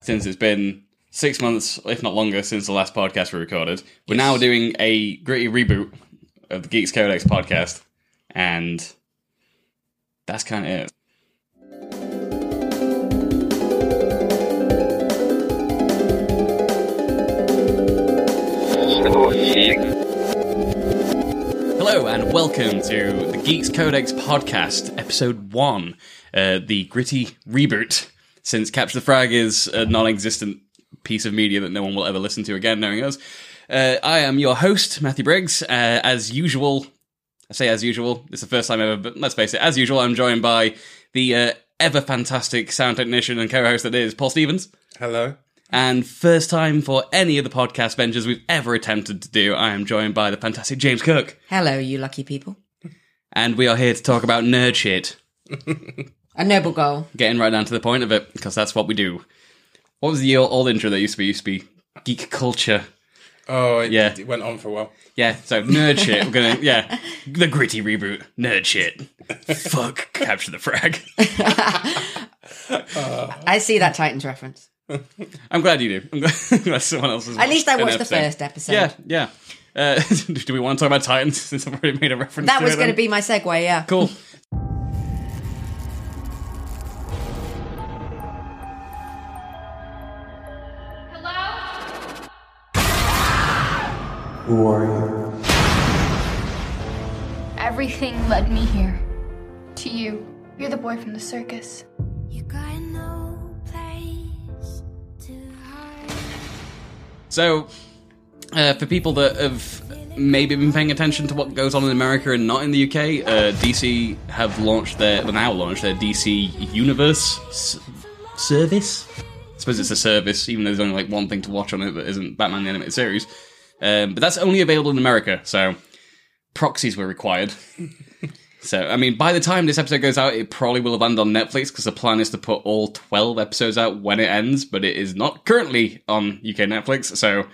since it's been six months, if not longer, since the last podcast we recorded. We're now doing a gritty reboot of the Geeks Codex podcast, and that's kind of it. Hello and welcome to the Geeks Codex podcast, episode one, uh, the gritty reboot. Since Capture the Frag is a non-existent piece of media that no one will ever listen to again, knowing us, uh, I am your host Matthew Briggs. Uh, as usual, I say as usual. It's the first time ever, but let's face it. As usual, I'm joined by the uh, ever fantastic sound technician and co-host that is Paul Stevens. Hello. And first time for any of the podcast ventures we've ever attempted to do, I am joined by the fantastic James Cook. Hello, you lucky people. And we are here to talk about nerd shit. A noble goal. Getting right down to the point of it, because that's what we do. What was the old, old intro that used to be? Used to be geek culture. Oh, it, Yeah. it went on for a while. Yeah, so nerd shit. We're gonna yeah, the gritty reboot. Nerd shit. Fuck, capture the frag. I see that Titans reference. I'm glad you do. I'm glad, I'm glad someone else has. At least I an watched the episode. first episode. Yeah, yeah. Uh, do we want to talk about Titans since I've already made a reference? That to was it then? going to be my segue, yeah. cool. Who are you? Everything led me here. To you. You're the boy from the circus. You got no place to hide. So, uh, for people that have maybe been paying attention to what goes on in America and not in the UK, uh, DC have launched their, well, now launched their DC Universe s- service. I suppose it's a service, even though there's only like one thing to watch on it that isn't Batman the Animated Series. Um, but that's only available in America, so proxies were required. so, I mean, by the time this episode goes out, it probably will have landed on Netflix because the plan is to put all 12 episodes out when it ends, but it is not currently on UK Netflix, so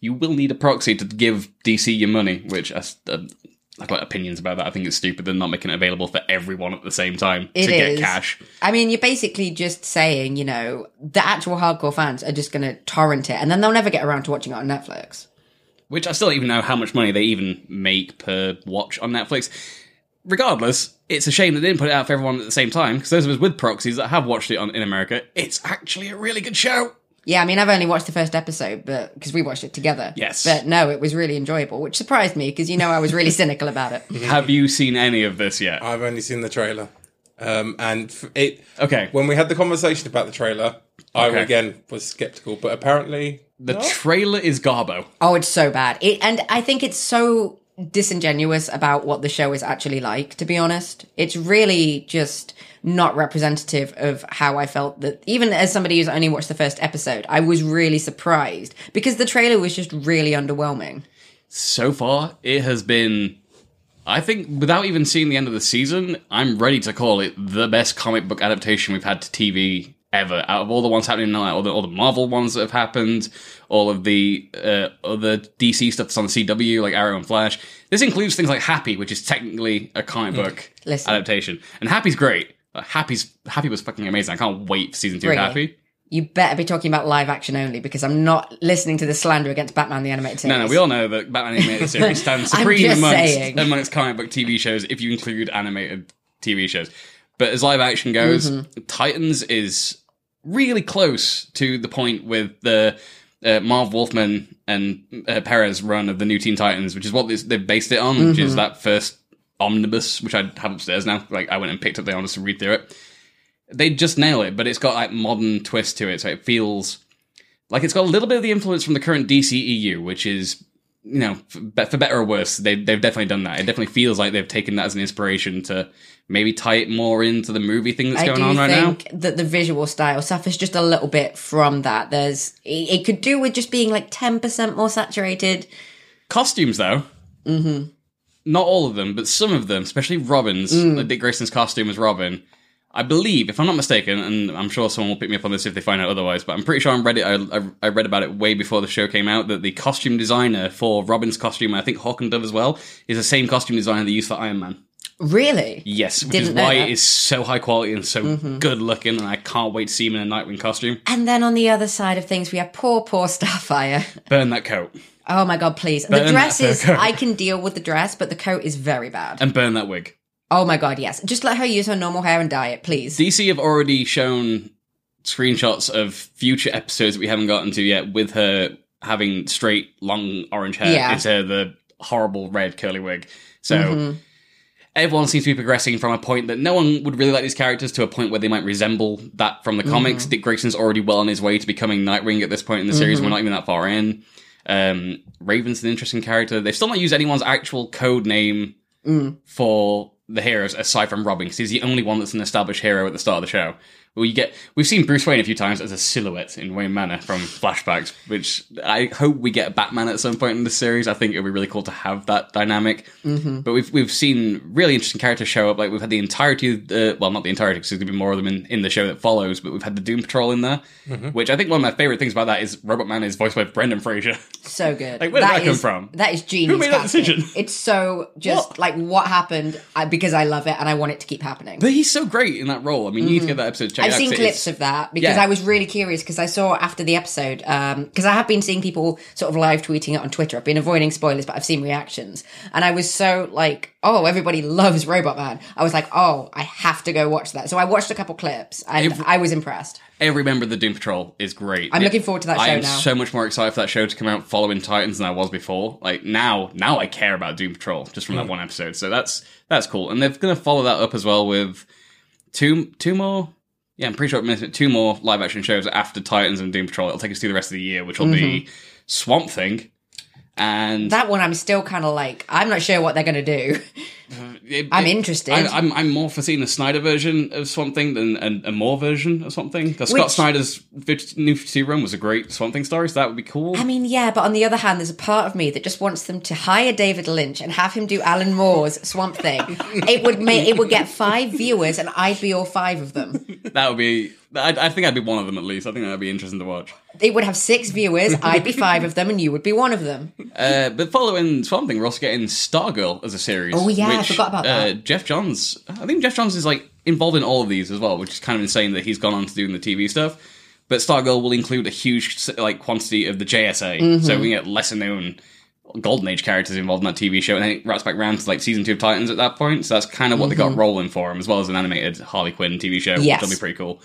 you will need a proxy to give DC your money, which I, s- uh, I've got opinions about that. I think it's stupid they're not making it available for everyone at the same time It to get is. cash. I mean, you're basically just saying, you know, the actual hardcore fans are just going to torrent it and then they'll never get around to watching it on Netflix. which I still don't even know how much money they even make per watch on Netflix. Regardless, it's a shame that they didn't put it out for everyone at the same time because those of us with proxies that have watched it on in America, it's actually a really good show. Yeah, I mean, I've only watched the first episode, but because we watched it together. Yes. But no, it was really enjoyable, which surprised me because, you know, I was really cynical about it. Have you seen any of this yet? I've only seen the trailer. Um, and f- it. Okay. When we had the conversation about the trailer, I Okay. again was skeptical, but apparently. the trailer is garbo. Oh, it's so bad. It, and I think it's so disingenuous about what the show is actually like, to be honest. It's really just not representative of how I felt that even as somebody who's only watched the first episode, I was really surprised because the trailer was just really underwhelming. So far, it has been. I think without even seeing the end of the season, I'm ready to call it the best comic book adaptation we've had to TV ever. Out of all the ones happening now, all the, all the Marvel ones that have happened, all of the uh, other DC stuff that's on the CW, like Arrow and Flash. This includes things like Happy, which is technically a comic book Mm. Listen. adaptation, and Happy's great. Like, Happy's Happy was fucking amazing. I can't wait for season two Really? of Happy. You better be talking about live action only because I'm not listening to the slander against Batman the Animated Series. No, no, we all know that Batman Animated Series stands I'm supreme just amongst, saying. amongst comic book TV shows if you include animated TV shows. But as live action goes, Mm-hmm. Titans is really close to the point with the uh, Marv Wolfman and uh, Perez run of the new Teen Titans, which is what this, they've based it on, which Mm-hmm. is that first omnibus, which I have upstairs now. Like, I went and picked up the omnibus to read through it. They just nail it, but it's got like modern twist to it, so it feels like it's got a little bit of the influence from the current DCEU, which is you know for, be- for better or worse they, they've definitely done that it definitely feels like they've taken that as an inspiration to maybe tie it more into the movie thing that's I going do on right now think that the visual style suffers just a little bit from that. There's it, it could do with just being like 10% more saturated. costumes though mm-hmm. not all of them but some of them especially robin's Mm. like dick grayson's costume as robin i believe if i'm not mistaken and i'm sure someone will pick me up on this if they find out otherwise but i'm pretty sure on reddit i, I, I read about it way before the show came out that the costume designer for robin's costume and i think hawk and dove as well is the same costume designer they used for iron man Really? Yes, which Didn't is know why that. Mm-hmm. it is so high quality and so good looking, and I can't wait to see him in a Nightwing costume. And then on the other side of things, we have poor, poor Starfire. Burn that coat Oh my god, please. Burn the dress that is coat. I can deal with the dress, but the coat is very bad. and burn that wig. oh my god, yes. Just let her use her normal hair and dye it, please. DC have already shown screenshots of future episodes that we haven't gotten to yet with her having straight, long orange hair Yeah. instead of the horrible red curly wig. So everyone seems to be progressing from a point that no one would really like these characters to a point where they might resemble that from the comics. Dick Grayson's already well on his way to becoming Nightwing at this point in the series. We're not even that far in. Um, Raven's an interesting character. They've still not used anyone's actual code name for the heroes aside from Robin, because he's the only one that's an established hero at the start of the show. We get we've seen Bruce Wayne a few times as a silhouette in Wayne Manor from flashbacks, which I hope we get Batman at some point in this series. I think it would be really cool to have that dynamic. But we've we've seen really interesting characters show up. Like we've had the entirety, of the, well, not the entirety, because there's going to be more of them in, in the show that follows. But we've had the Doom Patrol in there, which I think one of my favorite things about that is Robot Man is voiced by Brendan Fraser. So good. Like, where did that come is- from? That is genius. made that casting. decision? It's so just What? like what happened I, because I love it and I want it to keep happening. but he's so great in that role. I mean, you need to get that episode checked I've out. seen 'cause it is- clips of that because Yeah. I was really curious because I saw after the episode because I have been seeing people sort of live tweeting it on Twitter. I've been avoiding spoilers, but I've seen reactions, and I was so like, "Oh, everybody loves Robot Man." I was like, "Oh, I have to go watch that." So I watched a couple clips, and I was impressed. every member of the Doom Patrol is great. I'm looking forward to that I show am now. so much more excited for that show to come out following Titans than I was before. Like now, now I care about Doom Patrol just Hmm. from that one episode. So that's that's cool. And they're going to follow that up as well with two two more. Yeah, I'm pretty sure I missed it. Two more live action shows after Titans and Doom Patrol. It'll take us through the rest of the year, which will be Mm-hmm. Swamp Thing. And That one, I'm still kind of like, I'm not sure what they're going to do. it- I'm it- interested. I, I'm, I'm more for seeing a Snyder version of Swamp Thing than a, a Moore version of Swamp Thing. 'Cause Scott Which- Snyder's 50, New 52 run was a great Swamp Thing story, so that would be cool. I mean, yeah, but on the other hand, there's a part of me that just wants them to hire David Lynch and have him do Alan Moore's Swamp Thing. it would make it would get five viewers, and I'd be all five of them. that would be. I, I think I'd be one of them at least. I think that'd be interesting to watch. It would have six viewers. I'd be five of them, and you would be one of them. Uh, but following Swamp Thing, we're also getting Stargirl as a series. Oh, yeah, I forgot about Uh, that. Jeff Johns. I think Jeff Johns is like involved in all of these as well, which is kind of insane that he's gone on to doing the TV stuff. But Stargirl will include a huge like quantity of the JSA, Mm-hmm. so we get lesser known Golden Age characters involved in that TV show, and then it wraps back around to like season two of Titans at that point. So that's kind of what they got rolling for him, as well as an animated Harley Quinn TV show, Yes. which will be pretty cool.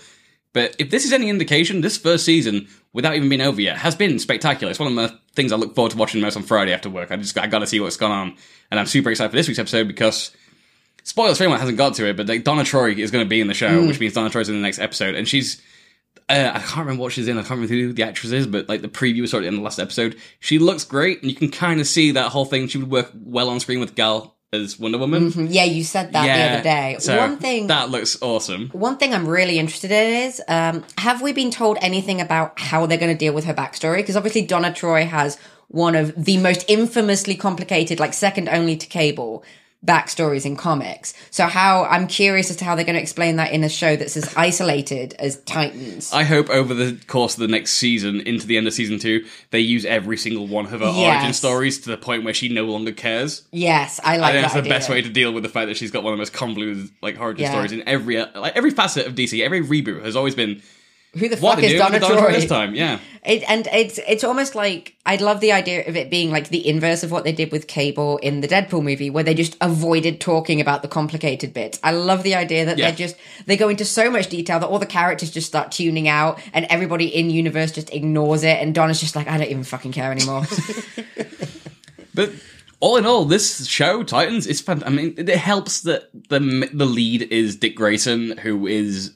But if this is any indication, this first season, without even being over yet, has been spectacular. It's one of the things I look forward to watching most on Friday after work. I just I got to see what's gone on, and I'm super excited for this week's episode because spoilers for anyone who hasn't got to it, but like, Donna Troy is going to be in the show, Hmm. which means Donna Troy's in the next episode, and she's. Uh, I can't remember what she's in. I can't remember who the actress is, but like the preview was sort of in the last episode. She looks great, and you can kind of see that whole thing. She would work well on screen with Gal as Wonder Woman. Yeah, you said Mm-hmm. that the other day. Mm-hmm. so One thing that looks awesome. One thing I'm really interested in is um, have we been told anything about how they're going to deal with her backstory? Because obviously, Donna Troy has one of the most infamously complicated, like second only to Cable, backstories in comics. So, how I'm curious as to how they're going to explain that in a show that's as isolated as Titans. I hope over the course of the next season, into the end of season two, they use every single one of her Yes. origin stories to the point where she no longer cares. yes, I like I think that. that's the idea. best way to deal with the fact that she's got one of the most convoluted like origin Yeah. stories in every like every facet of DC. Every reboot has always been Who the what fuck they is do Donna, with Donna Troy? Troy this time. Yeah, It, and it's it's almost like I'd love the idea of it being like the inverse of what they did with Cable in the Deadpool movie, where they just avoided talking about the complicated bits. I love the idea that Yeah. they're just they go into so much detail that all the characters just start tuning out, and everybody in universe just ignores it, and Donna's just like, I don't even fucking care anymore. but. All in all, this show Titans is fun. I mean, it helps that the the lead is Dick Grayson, who is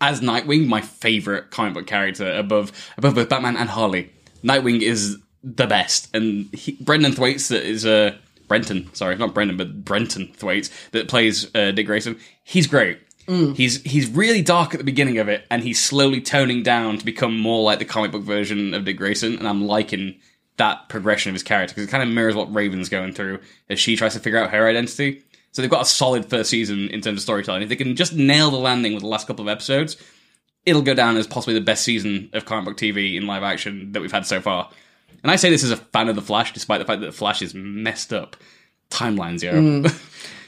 as Nightwing my favorite comic book character above above both Batman and Harley. Nightwing is the best, and he, Brendan Thwaites that is uh, Brenton, sorry, not Brendan, but Brenton Thwaites that plays uh, Dick Grayson. He's great. He's he's really dark at the beginning of it, and he's slowly toning down to become more like the comic book version of Dick Grayson, and I'm liking that progression of his character because it kind of mirrors what Raven's going through as she tries to figure out her identity. So they've got a solid first season in terms of storytelling. If they can just nail the landing with the last couple of episodes, it'll go down as possibly the best season of comic book TV in live action that we've had so far. And I say this as a fan of The Flash, despite the fact that The Flash is messed up. Timelines, yo.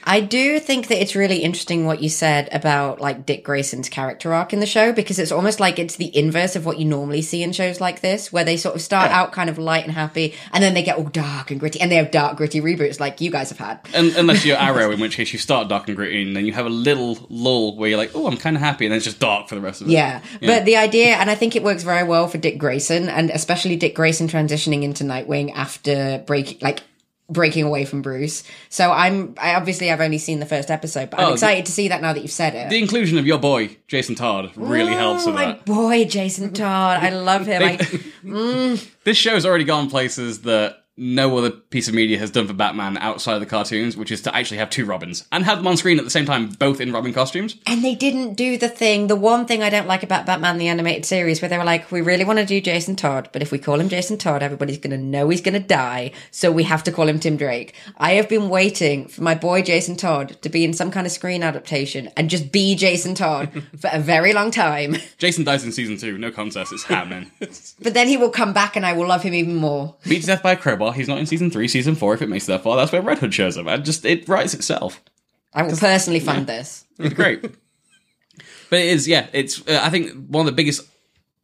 I do think that it's really interesting what you said about like Dick Grayson's character arc in the show because it's almost like it's the inverse of what you normally see in shows like this, where they sort of start out kind of light and happy, and then they get all dark and gritty, and they have dark gritty reboots like you guys have had. Un unless you're Arrow, in which case you start dark and gritty, and then you have a little lull where you're like, "Oh, I'm kind of happy," and then it's just dark for the rest of it. Yeah. But the idea, and I think it works very well for Dick Grayson, and especially Dick Grayson transitioning into Nightwing after break, like breaking away from Bruce. So I'm, I obviously I've only seen the first episode, but I'm Oh, excited to see that now that you've said it. the inclusion of your boy Jason Todd really helps Oh, with my that. boy, Jason Todd. I love him. I, This show's already gone places that no other piece of media has done for Batman outside of the cartoons, which is to actually have two Robins and have them on screen at the same time, both in Robin costumes. and they didn't do the thing. The one thing I don't like about Batman the animated series, where they were like, we really want to do Jason Todd, but if we call him Jason Todd, everybody's going to know he's going to die, so we have to call him Tim Drake. I have been waiting for my boy Jason Todd to be in some kind of screen adaptation and just be Jason Todd for a very long time. Jason dies in season two, no contest, it's happening. But then he will come back, and I will love him even more. Beat to death by a crowbar. He's not in season three, season four. If it makes it that far, that's where Red Hood shows up. I just it writes itself. I will personally fund this. It's great. but it is, yeah. It's uh, I think one of the biggest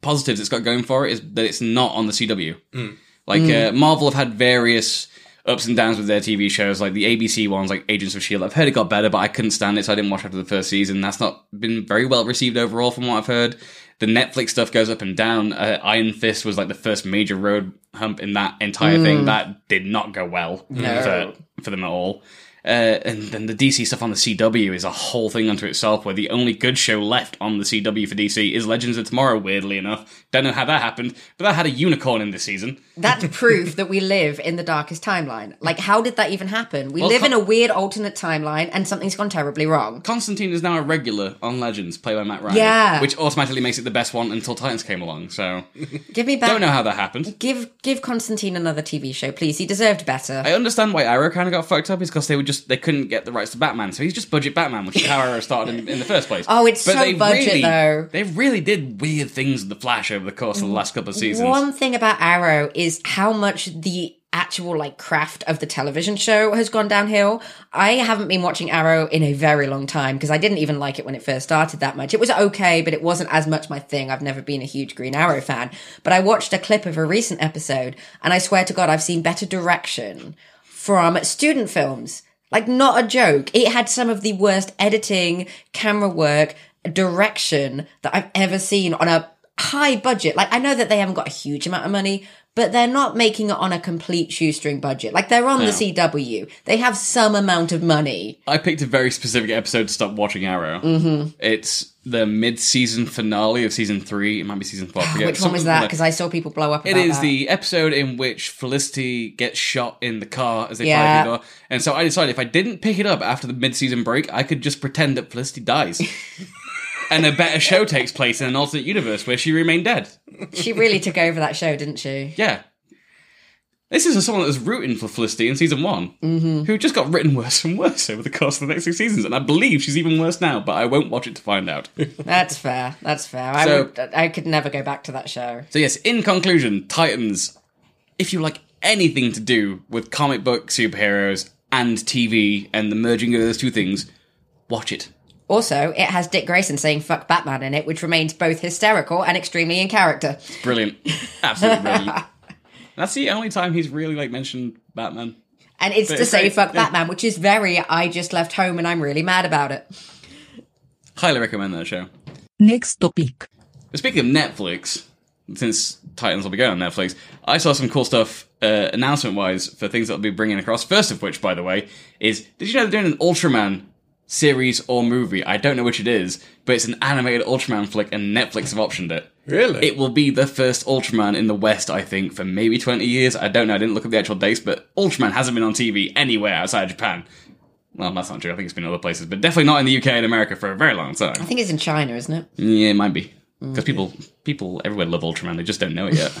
positives it's got going for it is that it's not on the CW. Like Uh, Marvel have had various ups and downs with their TV shows, like the ABC ones, like Agents of Shield. E I've heard it got better, but I couldn't stand it, so I didn't watch after the first season. That's not been very well received overall, from what I've heard. The Netflix stuff goes up and down. Uh, Iron Fist was like the first major road hump in that entire thing. That did not go well for, for them at all. Uh, and then the DC stuff on the CW is a whole thing unto itself, where the only good show left on the CW for DC is Legends of Tomorrow, weirdly enough. Don't know how that happened, but that had a unicorn in this season. That's proof that we live in the darkest timeline. Like, how did that even happen? We Well, live co- in a weird alternate timeline, and something's gone terribly wrong. Constantine is now a regular on Legends, played by Matt Ryan. Yeah. Which automatically makes it the best one until Titans came along, so. Give me back. Don't know how that happened. Give give Constantine another TV show, please. He deserved better. I understand why Arrow kind of got fucked up is because they were just they couldn't get the rights to Batman, so he's just budget Batman, which is how Arrow started in, in the first place. Oh, it's so budget, really, though. They really did weird things with the Flash over the course of the last couple of seasons. One thing about Arrow is how much the actual like craft of the television show has gone downhill. I haven't been watching Arrow in a very long time because I didn't even like it when it first started that much. It was okay, but it wasn't as much my thing. I've never been a huge Green Arrow fan, but I watched a clip of a recent episode and I swear to god I've seen better direction from student films. Like, not a joke. It had some of the worst editing, camera work, direction that I've ever seen on a high budget. Like, I know that they haven't got a huge amount of money, but they're not making it on a complete shoestring budget. Like, they're on the CW. They have some amount of money. I picked a very specific episode to stop watching Arrow. Mm-hmm. It's the mid-season finale of season three. It might be season four. I forget. Which one was Something that? like- Because I saw people blow up. It about is that. the episode in which Felicity gets shot in the car as they Yeah. fly through the door. And so I decided if I didn't pick it up after the mid-season break, I could just pretend that Felicity dies. and a better show takes place in an alternate universe where she remained dead. She really took over that show, didn't she? Yeah. This is someone that was rooting for Felicity in season one, mm-hmm. who just got written worse and worse over the course of the next six seasons. And I believe she's even worse now, but I won't watch it to find out. That's fair. That's fair. I, So- would, I could never go back to that show. So yes, in conclusion, Titans. If you like anything to do with comic book superheroes and TV and the merging of those two things, watch it. Also, it has Dick Grayson saying fuck Batman in it, which remains both hysterical and extremely in character. It's brilliant, absolutely brilliant. That's the only time he's really like mentioned Batman. And it's to it's say great, fuck yeah. Batman, which is very I just left home and I'm really mad about it. Highly recommend that show. Next topic. But speaking of Netflix, since Titans will be going on Netflix, I saw some cool stuff uh, announcement wise for things that will be bringing across. First of which, by the way, is did you know they're doing an Ultraman series or movie? I don't know which it is, but it's an animated Ultraman flick, and Netflix have optioned it. Really? It will be the first Ultraman in the West, I think, for maybe 20 years. I don't know. I didn't look at the actual dates, but Ultraman hasn't been on TV anywhere outside Japan. Well, that's not true. I think it's been in other places, but definitely not in the UK and America for a very long time. I think it's in China, isn't it? Yeah, it might be Mm, because people people everywhere love Ultraman. They just don't know it yet.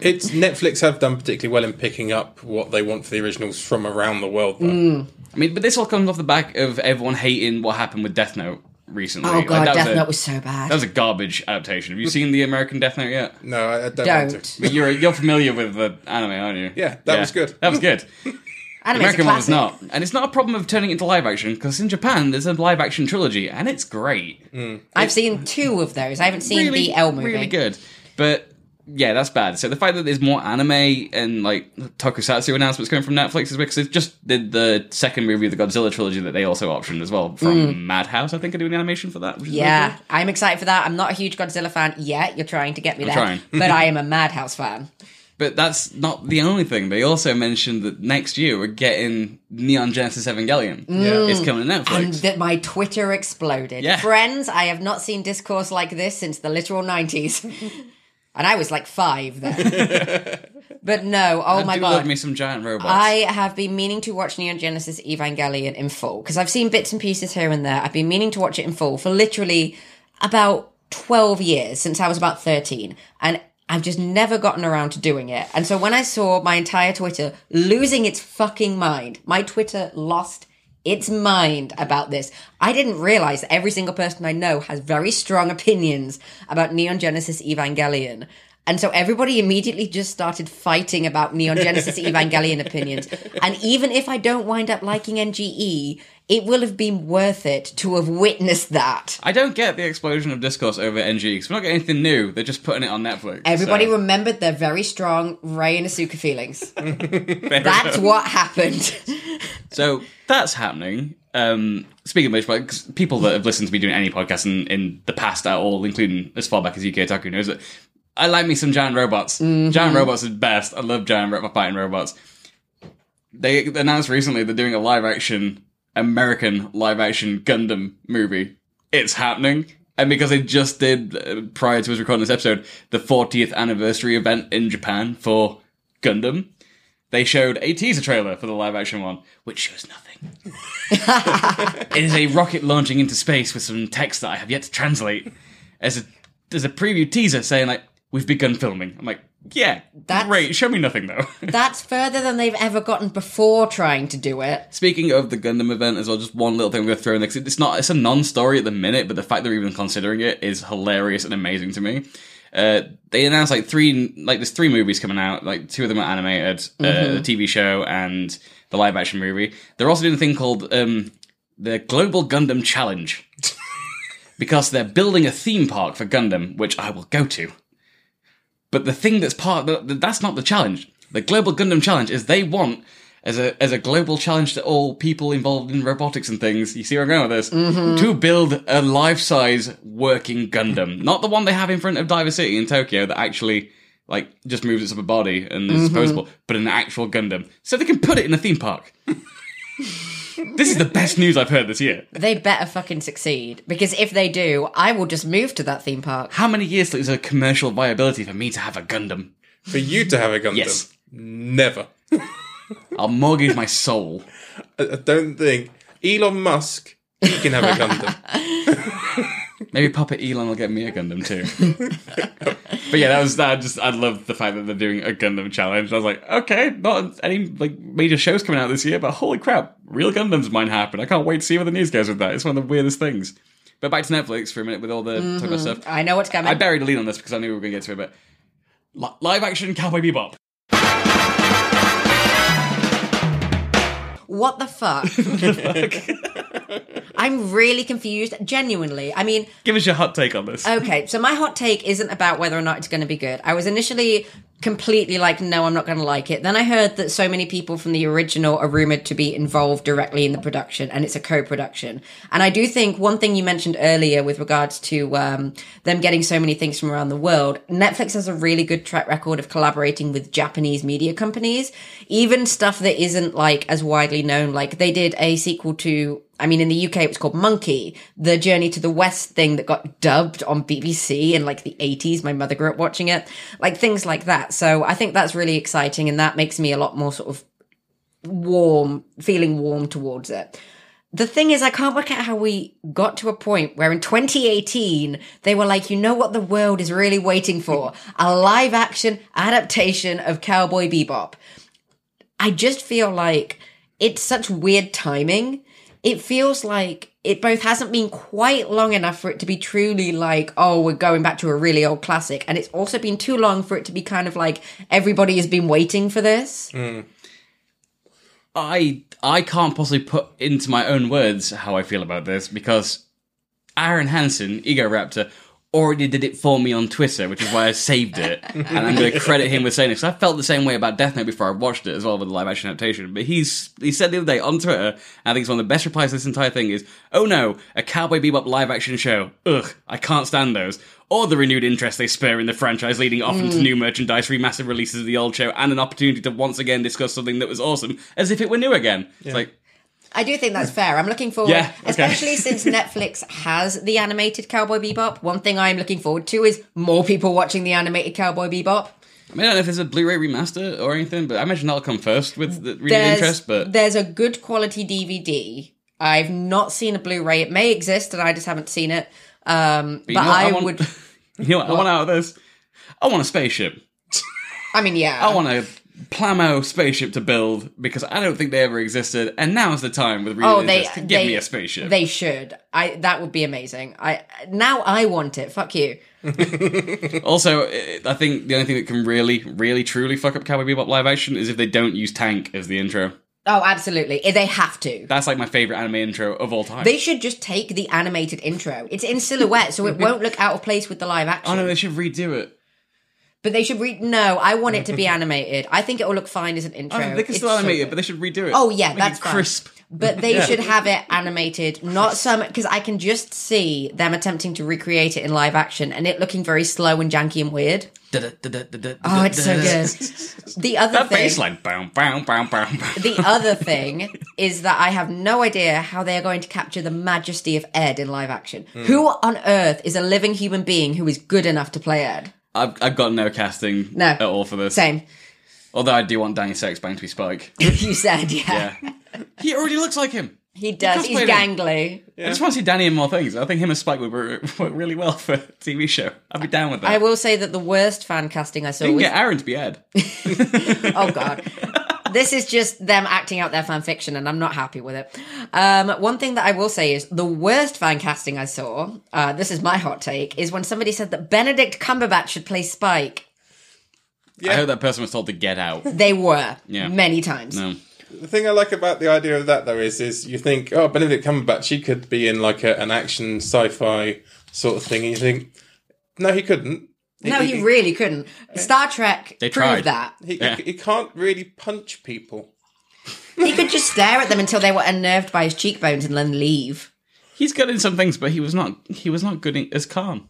It's Netflix have done particularly well in picking up what they want for the originals from around the world. Though. I mean, but this all comes off the back of everyone hating what happened with Death Note recently. Oh Like, god, that Death was a, Note was Mm. so bad. that was a garbage adaptation. Have you seen the American Death Note yet? No, I, I don't, want to. Don't. But you're you're familiar with the anime, aren't you? Yeah, that was good. That was good. The Anime's American a one is classic. not, and it's not a problem of turning it into live action because in Japan there's a live action trilogy and it's great, I've seen two of those. I haven't seen really, the L movie. really good. But yeah, that's bad. So the fact that there's more anime and like tokusatsu announcements coming from Netflix is weird because they just did the second movie of the Godzilla trilogy that they also optioned as well from Madhouse. I think are doing animation for that. Which is really Mm. Yeah, I'm excited for that. I'm not a huge Godzilla fan yet. You're trying to get me I'm there, trying. but I am a Madhouse fan. But that's not the only thing. They also mentioned that next year we're getting Neon Genesis Evangelion. Yeah. It's coming to Netflix. Mm. And that my Twitter exploded. Yeah. Friends, I have not seen discourse like this since the literal 90s. and I was like five then. but no, oh I my do god. love me some giant robots. I have been meaning to watch Neon Genesis Evangelion in full because I've seen bits and pieces here and there. I've been meaning to watch it in full for literally about 12 years since I was about 13. And I've just never gotten around to doing it. And so when I saw my entire Twitter losing its fucking mind, my Twitter lost its mind about this. I didn't realize that every single person I know has very strong opinions about Neon Genesis Evangelion. And so everybody immediately just started fighting about Neon Genesis Evangelion opinions. And even if I don't wind up liking NGE, it will have been worth it to have witnessed that. I don't get the explosion of discourse over NG because we're not getting anything new. They're just putting it on Netflix. Everybody so. remembered their very strong Ray and Asuka feelings. That's what happened. So that's happening. Um, speaking of which, like, 'cause people that have listened to me doing any podcast in, in the past at all, including as far back as UK Taku, knows that I like me some giant robots. Giant robots is best. I love giant robot fighting robots. They announced recently they're doing a live action American live action Gundam movie. It's happening. And because they just did, uh, prior to us recording this episode, the 40th anniversary event in Japan for Gundam, they showed a teaser trailer for the live action one, which shows nothing. it is a rocket launching into space with some text that I have yet to translate. As a there's a preview teaser saying like we've begun filming. I'm like, yeah, That's- great. Show me nothing though. That's further than they've ever gotten before trying to do it. Speaking of the Gundam event as well, just one little thing I'm going to throw in there 'cause it's not it's a non-story at the minute, but the fact they're even considering it is hilarious and amazing to me. Uh, they announced like three like there's three movies coming out, like two of them are animated, uh, the TV show and the live action movie. They're also doing a thing called um, the Global Gundam Challenge because they're building a theme park for Gundam, which I will go to. But the thing that's part th- th- that's not the challenge. The global Gundam challenge is they want as a as a global challenge to all people involved in robotics and things. You see where I'm going with this? To build a life size working Gundam, not the one they have in front of Diver City in Tokyo that actually like just moves its upper body and is disposable, but an actual Gundam, so they can put it in a theme park. this is the best news I've heard this year. They better fucking succeed because if they do, I will just move to that theme park. How many years till is a commercial viability for me to have a Gundam? For you to have a Gundam, Yes. never. I'll mortgage my soul. I, I don't think Elon Musk he can have a Gundam. Maybe Puppet Elon will get me a Gundam too. but yeah, that was that. Just I love the fact that they're doing a Gundam challenge. I was like, okay, not any like major shows coming out this year, but holy crap, real Gundams might happen. I can't wait to see where the news goes with that. It's one of the weirdest things. But back to Netflix for a minute with all the talk about stuff. I know what's coming. I buried a lead on this because I knew we were going to get to it. But li- live action Cowboy Bebop. What the fuck? I'm really confused, genuinely. I mean, Give us your hot take on this. okay, so my hot take isn't about whether or not it's going to be good. I was initially completely like, no, I'm not going to like it. Then I heard that so many people from the original are rumored to be involved directly in the production and it's a co production. And I do think one thing you mentioned earlier with regards to um, them getting so many things from around the world, Netflix has a really good track record of collaborating with Japanese media companies, even stuff that isn't like as widely known. Like they did a sequel to I mean, in the UK, it was called Monkey, the Journey to the West thing that got dubbed on BBC in like the 80s. My mother grew up watching it, like things like that. So I think that's really exciting. And that makes me a lot more sort of warm, feeling warm towards it. The thing is, I can't work out how we got to a point where in 2018, they were like, you know what the world is really waiting for? A live action adaptation of Cowboy Bebop. I just feel like it's such weird timing. It feels like it both hasn't been quite long enough for it to be truly like, oh, we're going back to a really old classic. And it's also been too long for it to be kind of like, everybody has been waiting for this. I I can't possibly put into my own words how I feel about this because Aaron Hansen, Ego Raptor, already did it for me on Twitter, which is why I saved it, and I'm going to credit him with saying this. 'cause I felt the same way about Death Note before I watched it as well with the live action adaptation. But he's he said the other day on Twitter, and I think it's one of the best replies to this entire thing is, "Oh no, a Cowboy Bebop live action show. Ugh, I can't stand those." Or the renewed interest they spur in the franchise, leading often to new merchandise, remastered releases of the old show, and an opportunity to once again discuss something that was awesome as if it were new again. It's like, I do think that's fair. I'm looking forward, Yeah, okay. especially since Netflix has the animated Cowboy Bebop. One thing I'm looking forward to is more people watching the animated Cowboy Bebop. I mean, I don't know if there's a Blu-ray remaster or anything, but I imagine that'll come first with the renewed There's, interest. But there's a good quality DVD. I've not seen a Blu-ray. It may exist, and I just haven't seen it. Um, but you know what I, want- would. You know what, I want out of this? I want a spaceship. I mean, yeah. I want a Plamo spaceship to build because I don't think they ever existed, and now is the time with renewed Oh, they interest to give they, me a spaceship. They should. I that would be amazing. I now I want it. Fuck you. also, i I think the only thing that can really, really, truly fuck up Cowboy Bebop live action is if they don't use Tank as the intro. Oh, absolutely. They have to. That's like my favorite anime intro of all time. They should just take the animated intro. It's in silhouette, so it won't look out of place with the live action. oh no, they should redo it. But they should read. No, I want it to be animated. I think it will look fine as an I intro. don't know, Oh, they can It's still so animate it, good. but they should redo it. Oh yeah, Make it that's fine. crisp. But they should have it animated, not some because I can just see them attempting to recreate it in live action and it looking very slow and janky and weird. Oh, Oh, it's so good. The other That thing, bass line, bow, bow, bow, bow, bow. the other thing is that I have no idea how they are going to capture the majesty of Ed in live action. Hmm. Who on earth is a living human being who is good enough to play Ed? I've, I've got no casting No. at all for this. Same. Although I do want Danny Sexbang to be Spike. You said, yeah. Yeah. he already looks like him. He does. He He's cosplayed him. gangly. I just want to see Danny in more things. I think him and Spike would work work really well for a TV show. I'd be down with that. I will say that the worst fan casting I saw You can was get Aaron to be Ed. oh god. This is just them acting out their fan fiction, and I'm not happy with it. Um, one thing that I will say is the worst fan casting I saw. Uh, this is my hot take: is when somebody said that Benedict Cumberbatch should play Spike. I hope that person was told to get out. They were Yeah. many times. No. The thing I like about the idea of that though is, is you think, oh, Benedict Cumberbatch, he could be in like a, an action sci-fi sort of thing, and you think, no, he couldn't. No, he really couldn't. Star Trek They proved tried. that He, Yeah. he, he can't really punch people. he could just stare at them until they were unnerved by his cheekbones and then leave. He's good in some things, but he was not he was not good in, as Khan.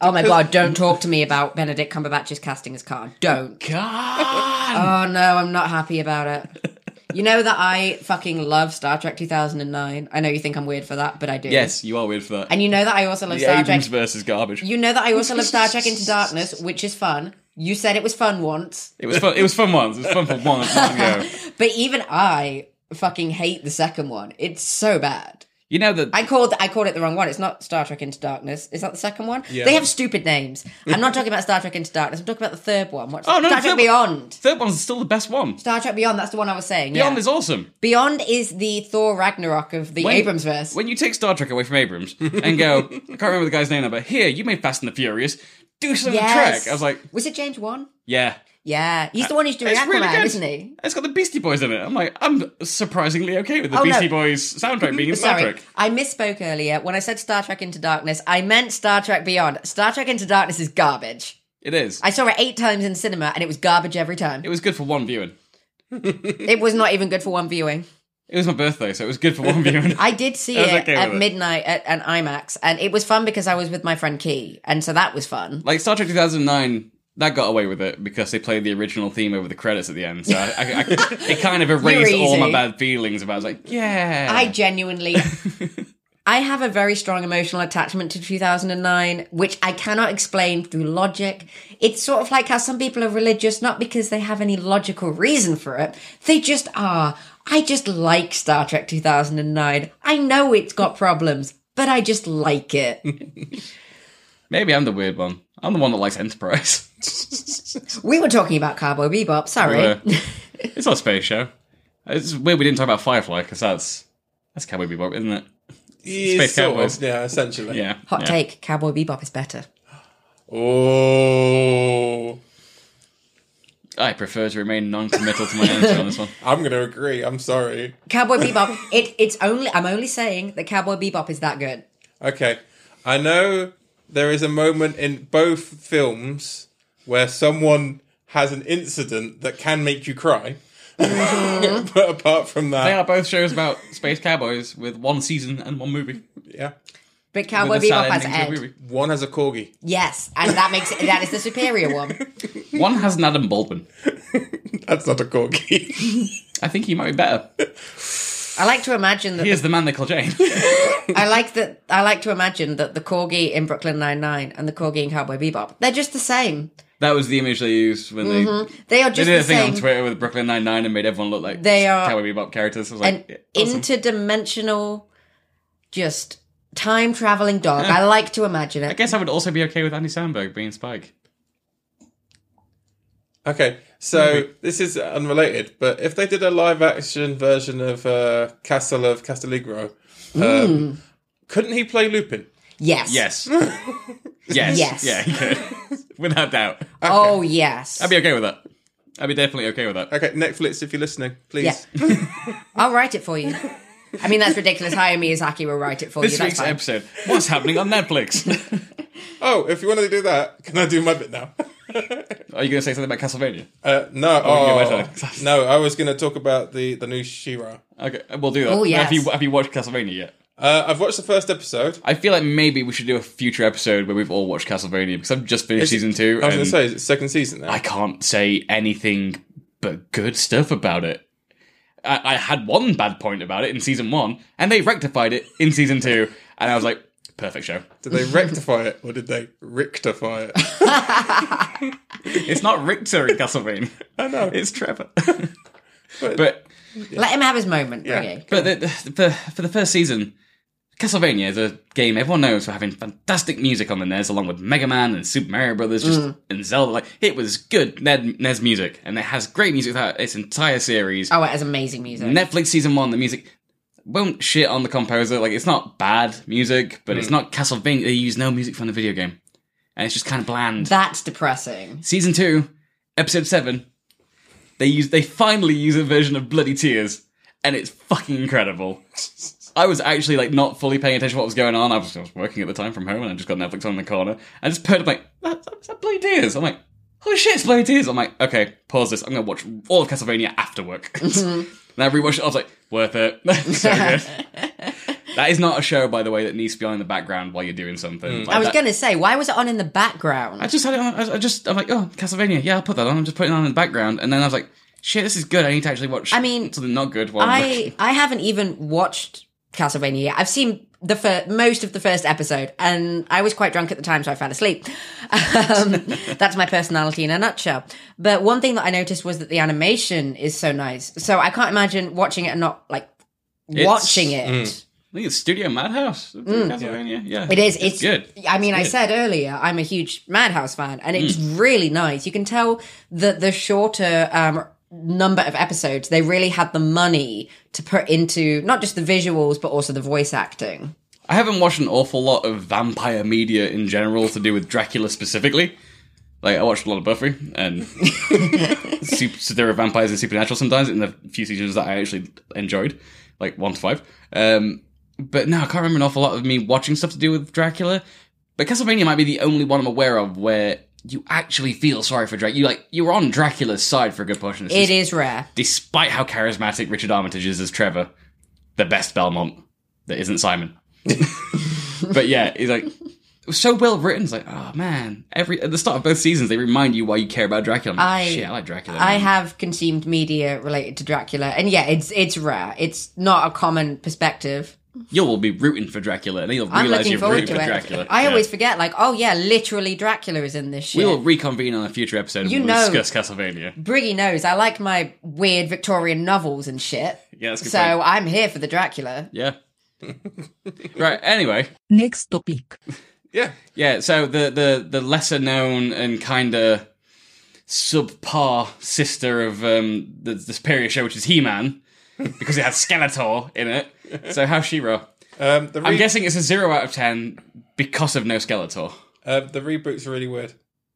Oh my god! Don't talk to me about Benedict Cumberbatch's casting as Khan. Don't. God! Oh no, I'm not happy about it. You know that I fucking love Star Trek 2009. I know you think I'm weird for that, but I do. yes, you are weird for that. And you know that I also love the Star Abrams Trek. versus garbage. You know that I also love Star Trek Into Darkness, which is fun. You said it was fun once, It was fun. It was fun once. It was fun for once. long ago. but even I fucking hate the second one. It's so bad. You know that I called I called it the wrong one. It's not Star Trek Into Darkness. Is that the second one? They have stupid names. I'm not talking about Star Trek Into Darkness. I'm talking about the third one. What's Oh, no, the Star Trek third one- Beyond. third one's still the best one. Star Trek Beyond. That's the one I was saying. Beyond yeah. is awesome. Beyond is the Thor Ragnarok of the When- Abrams verse. When you take Star Trek away from Abrams and go, I can't remember the guy's name now, but here, you made Fast and the Furious. Do some Yes. Trek. I was like, was it James One? yeah. Yeah, he's the one who's doing It's Aquaman, really good. isn't he? It's got the Beastie Boys in it. I'm like, I'm surprisingly okay with the Oh, no. Beastie Boys soundtrack being in Star Sorry, Trek. I misspoke earlier. When I said Star Trek Into Darkness, I meant Star Trek Beyond. Star Trek Into Darkness is garbage. It is. I saw it eight times in cinema, and it was garbage every time. it was good for one viewing. It was not even good for one viewing. It was my birthday, so it was good for one viewing. I did see I was it okay at with it. midnight at an IMAX, and it was fun because I was with my friend Key, and so that was fun. like Star Trek 2009, that got away with it because they played the original theme over the credits at the end. So I, I, I, it kind of erased all easy. my bad feelings about. It. I was like, yeah, I genuinely. I have a very strong emotional attachment to 2009, which I cannot explain through logic. It's sort of like how some people are religious, not because they have any logical reason for it. They just are. I just like Star Trek 2009. I know it's got problems, but I just like it. maybe I'm the weird one. I'm the one that likes Enterprise. we were talking about Cowboy Bebop, sorry. Uh, it's not a space show. It's weird we didn't talk about Firefly because that's that's Cowboy Bebop, isn't it? Space sort Cowboys. of, yeah, essentially. Yeah. Hot yeah. take Cowboy Bebop is better. Oh, I prefer to remain non-committal to my answer on this one. I'm going to agree. I'm sorry. Cowboy Bebop. It it's only I'm only saying that Cowboy Bebop is that good. Okay. I know there is a moment in both films where someone has an incident that can make you cry. but apart Mm-hmm. from They are that, both shows about space cowboys with one season and one movie. yeah. But With Cowboy a sad Bebop has ending to the Ed. movie. One has a corgi. Yes, and that makes it, that is the superior one. One has an Adam Baldwin. That's not a corgi. I think he might be better. I like to imagine that He is the man they call Jane. I like that. I like to imagine that the corgi in Brooklyn Nine Nine and the corgi in Cowboy Bebop, they're just the same. that was the image they used when they They are they Mm-hmm. just did the a thing same. on Twitter with Brooklyn Nine Nine and made everyone look like They are Cowboy Bebop characters. I was An like, yeah, awesome. interdimensional, just time traveling dog. I like to imagine I it. guess I would also be okay with Andy Samberg being Spike. Okay, so this is unrelated, but if they did a live action version of uh, Castle of Castelligro, um, couldn't he play Lupin? Yes. Yes. yes. Yes. Yeah, he could. Without doubt. Oh yes. I'd be okay with that. I'd be definitely okay with that. Okay, Netflix, if you're listening, please. Yeah. I'll write it for you. I mean, that's ridiculous. Hire Miyazaki will write it for you. This That's week's fine. episode. What's happening on Netflix? Oh, if you want to do that, can I do my bit now? Are you going to say something about Castlevania? Uh, no, Oh, oh, yeah, wait a no, I was going to talk about the the new Shira. Okay, we'll do that. Oh, yes. Have you have you watched Castlevania yet? Uh, I've watched the first episode. I feel like maybe we should do a future episode where we've all watched Castlevania because I've just finished Is it- season two. I was going and to say is it second season now. I can't say anything but good stuff about it. I, I had one bad point about it in season one, and they rectified it in season two, and I was like, perfect show. Did they rectify it or did they rectify it? It's not Richter in Castlevania. I know. It's Trevor. but Let him have his moment, Yeah. Reggie. But the, the, for, for the first season, Castlevania is a game everyone knows for having fantastic music on the NES, along with Mega Man and Super Mario Brothers, just and Zelda. Like it was good NES, NES music, and it has great music throughout its entire series. Oh, it has amazing music. Netflix season one, the music won't shit on the composer. Like it's not bad music, but it's not Castlevania. They use no music from the video game, and it's just kind of bland That's depressing. season two, episode seven, they use they finally use a version of Bloody Tears, and it's fucking incredible. I was actually like not fully paying attention to what was going on. I was, I was working at the time from home, and I just got Netflix on in the corner. I just put up like, that, that, that Bloody Tears. I'm like, holy shit, it's Bloody Tears. I'm like, okay, pause this. I'm gonna watch all of Castlevania after work. and I rewatched it. I was like, worth it. so good. That is not a show, by the way, that needs to be on in the background while you're doing something. Like, I was that- going to say, why was it on in the background? I just had it on. I I just, I'm like, oh, Castlevania. Yeah, I'll put that on. I'm just putting it on in the background. And then I was like, shit, this is good. I need to actually watch I mean, something not good while I'm I looking. I haven't even watched Castlevania yet. I've seen the fir- most of the first episode, and I was quite drunk at the time, so I fell asleep. Um, that's my personality in a nutshell. But one thing that I noticed was that the animation is so nice. So I can't imagine watching it and not like watching it. I think it's Studio Madhouse. Castlevania. Yeah. Mm. It is. It's, good. I mean, I good. Mm. said earlier, I'm a huge Madhouse fan, and it's really nice. You can tell that the shorter um, number of episodes, they really had the money to put into not just the visuals, but also the voice acting. I haven't watched an awful lot of vampire media in general to do with Dracula specifically. Like, I watched a lot of Buffy and Sup- so there are vampires and supernatural sometimes in the few seasons that I actually enjoyed, like one to five. Um, but no, I can't remember an awful lot of me watching stuff to do with Dracula. But Castlevania might be the only one I'm aware of where you actually feel sorry for Dracula. You like you were on Dracula's side for a good portion. of the It season. is rare. despite how charismatic Richard Armitage is as Trevor, the best Belmont that isn't Simon. but yeah, he's like it was so well written. It's like, oh man, every at the start of both seasons, they remind you why you care about Dracula. I'm like, I- Shit, I like Dracula. I man. have consumed media related to Dracula, and yeah, it's it's rare. It's not a common perspective. You'll be rooting for Dracula, and then you'll I'm realize looking you're forward rooting to for it. Dracula. I Yeah. always forget, like, oh yeah, literally Dracula is in this shit. We will reconvene on a future episode. and You we'll know- discuss Castlevania. Briggy knows I like my weird Victorian novels and shit. Yeah, that's a good So point. I'm here for the Dracula. Yeah. right. Anyway, Next topic. yeah. Yeah, so the the the lesser known and kind of subpar sister of um, the, the superior show, which is He Man, because it has Skeletor in it. So how's She-Ra? Um, the, I'm re- guessing it's a zero out of ten because of no Skeletor. uh, the reboot's really weird.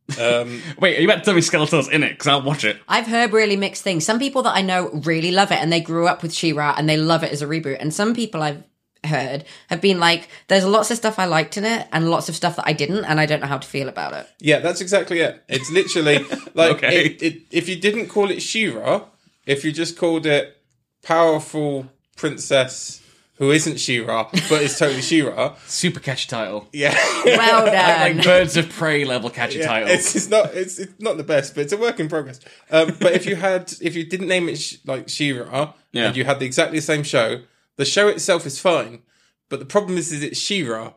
Um, Wait, are you about to tell me Skeletor's in it? Because I'll watch it. I've heard really mixed things. Some people that I know really love it and they grew up with She-Ra and they love it as a reboot. And some people I've heard have been like, there's lots of stuff I liked in it and lots of stuff that I didn't and I don't know how to feel about it. yeah, that's exactly it. It's literally like Okay. it, it, if you didn't call it Shira, if you just called it powerful princess who isn't Shira but is totally Shira. Super catchy title. Yeah. Well done. Like Birds of Prey level catchy Yeah, title. It's, it's not it's, it's not the best, but it's a work in progress. Um, but if you had if you didn't name it Sh- like Shira Yeah. and you had the exactly the same show, the show itself is fine. But the problem is, is it's Shira,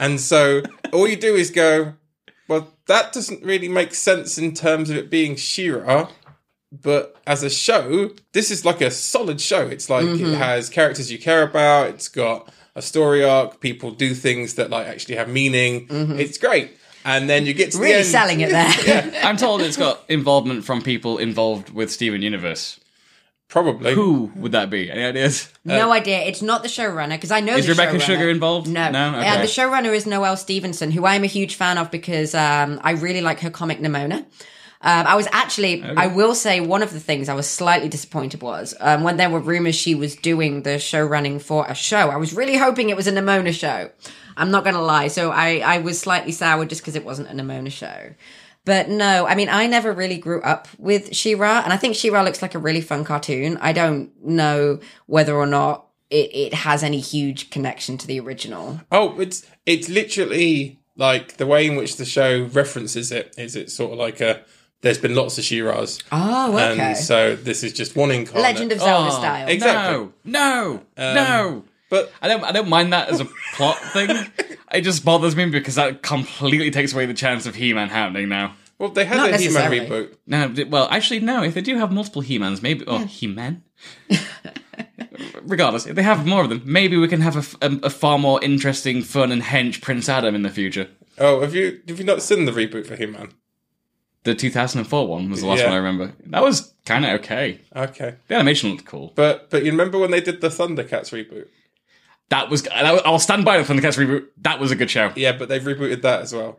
and so all you do is go, well, that doesn't really make sense in terms of it being Shira. But as a show, this is like a solid show. It's like Mm-hmm. it has characters you care about. It's got a story arc. People do things that like actually have meaning. It's great. And then you get to the Mm-hmm. really end. selling it there. I'm told it's got involvement from people involved with Steven Universe. Probably. Who would that be? Any ideas? Uh, No idea. It's not the showrunner because I know Is the Rebecca showrunner. Sugar involved? No, No? Uh, Okay. the showrunner is Noelle Stevenson, who I'm a huge fan of because um, I really like her comic Nimona. Um, I was actually, I will say, one of the things I was slightly disappointed was um, when there were rumors she was doing the show running for a show. I was really hoping it was a Nimona show. I'm not going to lie. So I, I was slightly sour just because it wasn't a Nimona show. But no, I mean, I never really grew up with She-Ra, and I think She-Ra looks like a really fun cartoon. I don't know whether or not it, it has any huge connection to the original. Oh, it's it's literally like the way in which the show references it is it's sort of like a there's been lots of Shiras. Oh, okay. And Um, so this is just one incarnate. Legend of Zelda Oh, style. ex- Exactly. No, no, no. But I don't. I don't mind that as a plot thing. It just bothers me because that completely takes away the chance of He-Man happening now. well they had Not a He Man necessarily. reboot. No, d- well, actually, no. If they do have multiple He-Mans, maybe or He-Men. Regardless, if they have more of them, maybe we can have a f- um, a, a far more interesting, fun, and hench Prince Adam in the future. Oh, have you have you not seen the reboot for He Man? The 2004 one was the last Yeah. one I remember. That was kind of okay. Okay. The animation looked cool. But but you remember when they did the Thundercats reboot? That was. That was I'll stand by the Thundercats reboot. That was a good show. Yeah, but they've rebooted that as well.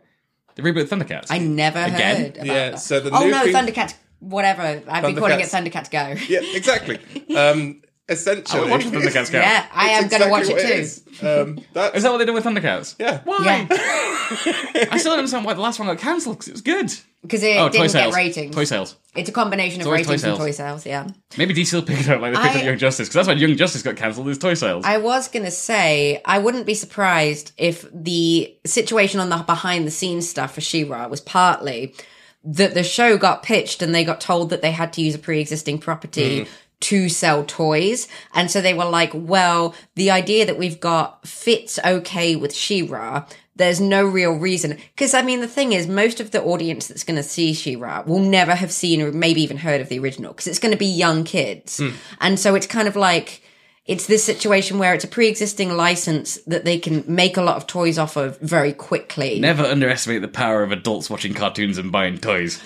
The reboot of Thundercats. I never Again? heard about Yeah, that. so the oh new no, thing- Thundercats, whatever. I've been calling it Thundercats. Thundercats Go. Yeah, exactly. um I essentially would watch the Thundercats go. Yeah, I am going to watch it too. too. Um that's Is that what they did with Thundercats? yeah. Yeah, I still don't understand why the last one got cancelled because it was good. because it Oh, toy didn't get sales. ratings. Toy sales. It's a combination of always ratings toy and sales. toy sales. Yeah. Maybe DC will pick it up like they picked I- up Young Justice because that's why Young Justice got cancelled. Is toy sales. I was going to say, I wouldn't be surprised if the situation on the behind the scenes stuff for She Ra was partly that the show got pitched and they got told that they had to use a pre existing property. Hmm. To sell toys. And so they were like, well, the idea that we've got fits okay with She Ra. There's no real reason. Because, I mean, the thing is, most of the audience that's going to see She Ra will never have seen or maybe even heard of the original because it's going to be young kids. Hmm. And so it's kind of like, it's this situation where it's a pre-existing license that they can make a lot of toys off of very quickly, Never underestimate the power of adults watching cartoons and buying toys.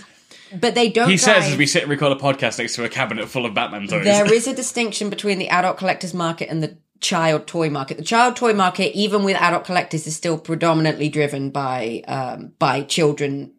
but they don't. He says drive- as we sit and record a podcast next to a cabinet full of Batman toys. there is a distinction between the adult collectors market and the child toy market. The child toy market, even with adult collectors, is still predominantly driven by um, by children.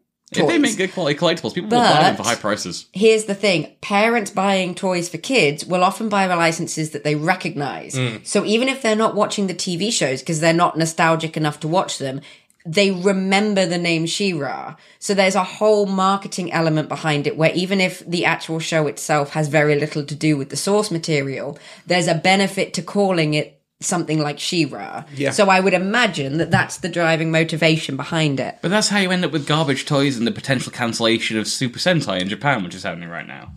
Toys. if they make good quality collectibles, people will buy them for But- high prices. here's the thing parents buying toys for kids will often buy the licenses that they recognize. So even if they're not watching the TV shows because they're not nostalgic enough to watch them, they remember the name She-Ra. So there's a whole marketing element behind it where even if the actual show itself has very little to do with the source material, there's a benefit to calling it something like She-Ra. Yeah. So I would imagine that that's the driving motivation behind it. But that's how you end up with garbage toys and the potential cancellation of Super Sentai in Japan, which is happening right now.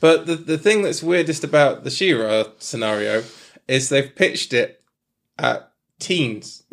But the, the thing that's weirdest about the Shira scenario is they've pitched it at teens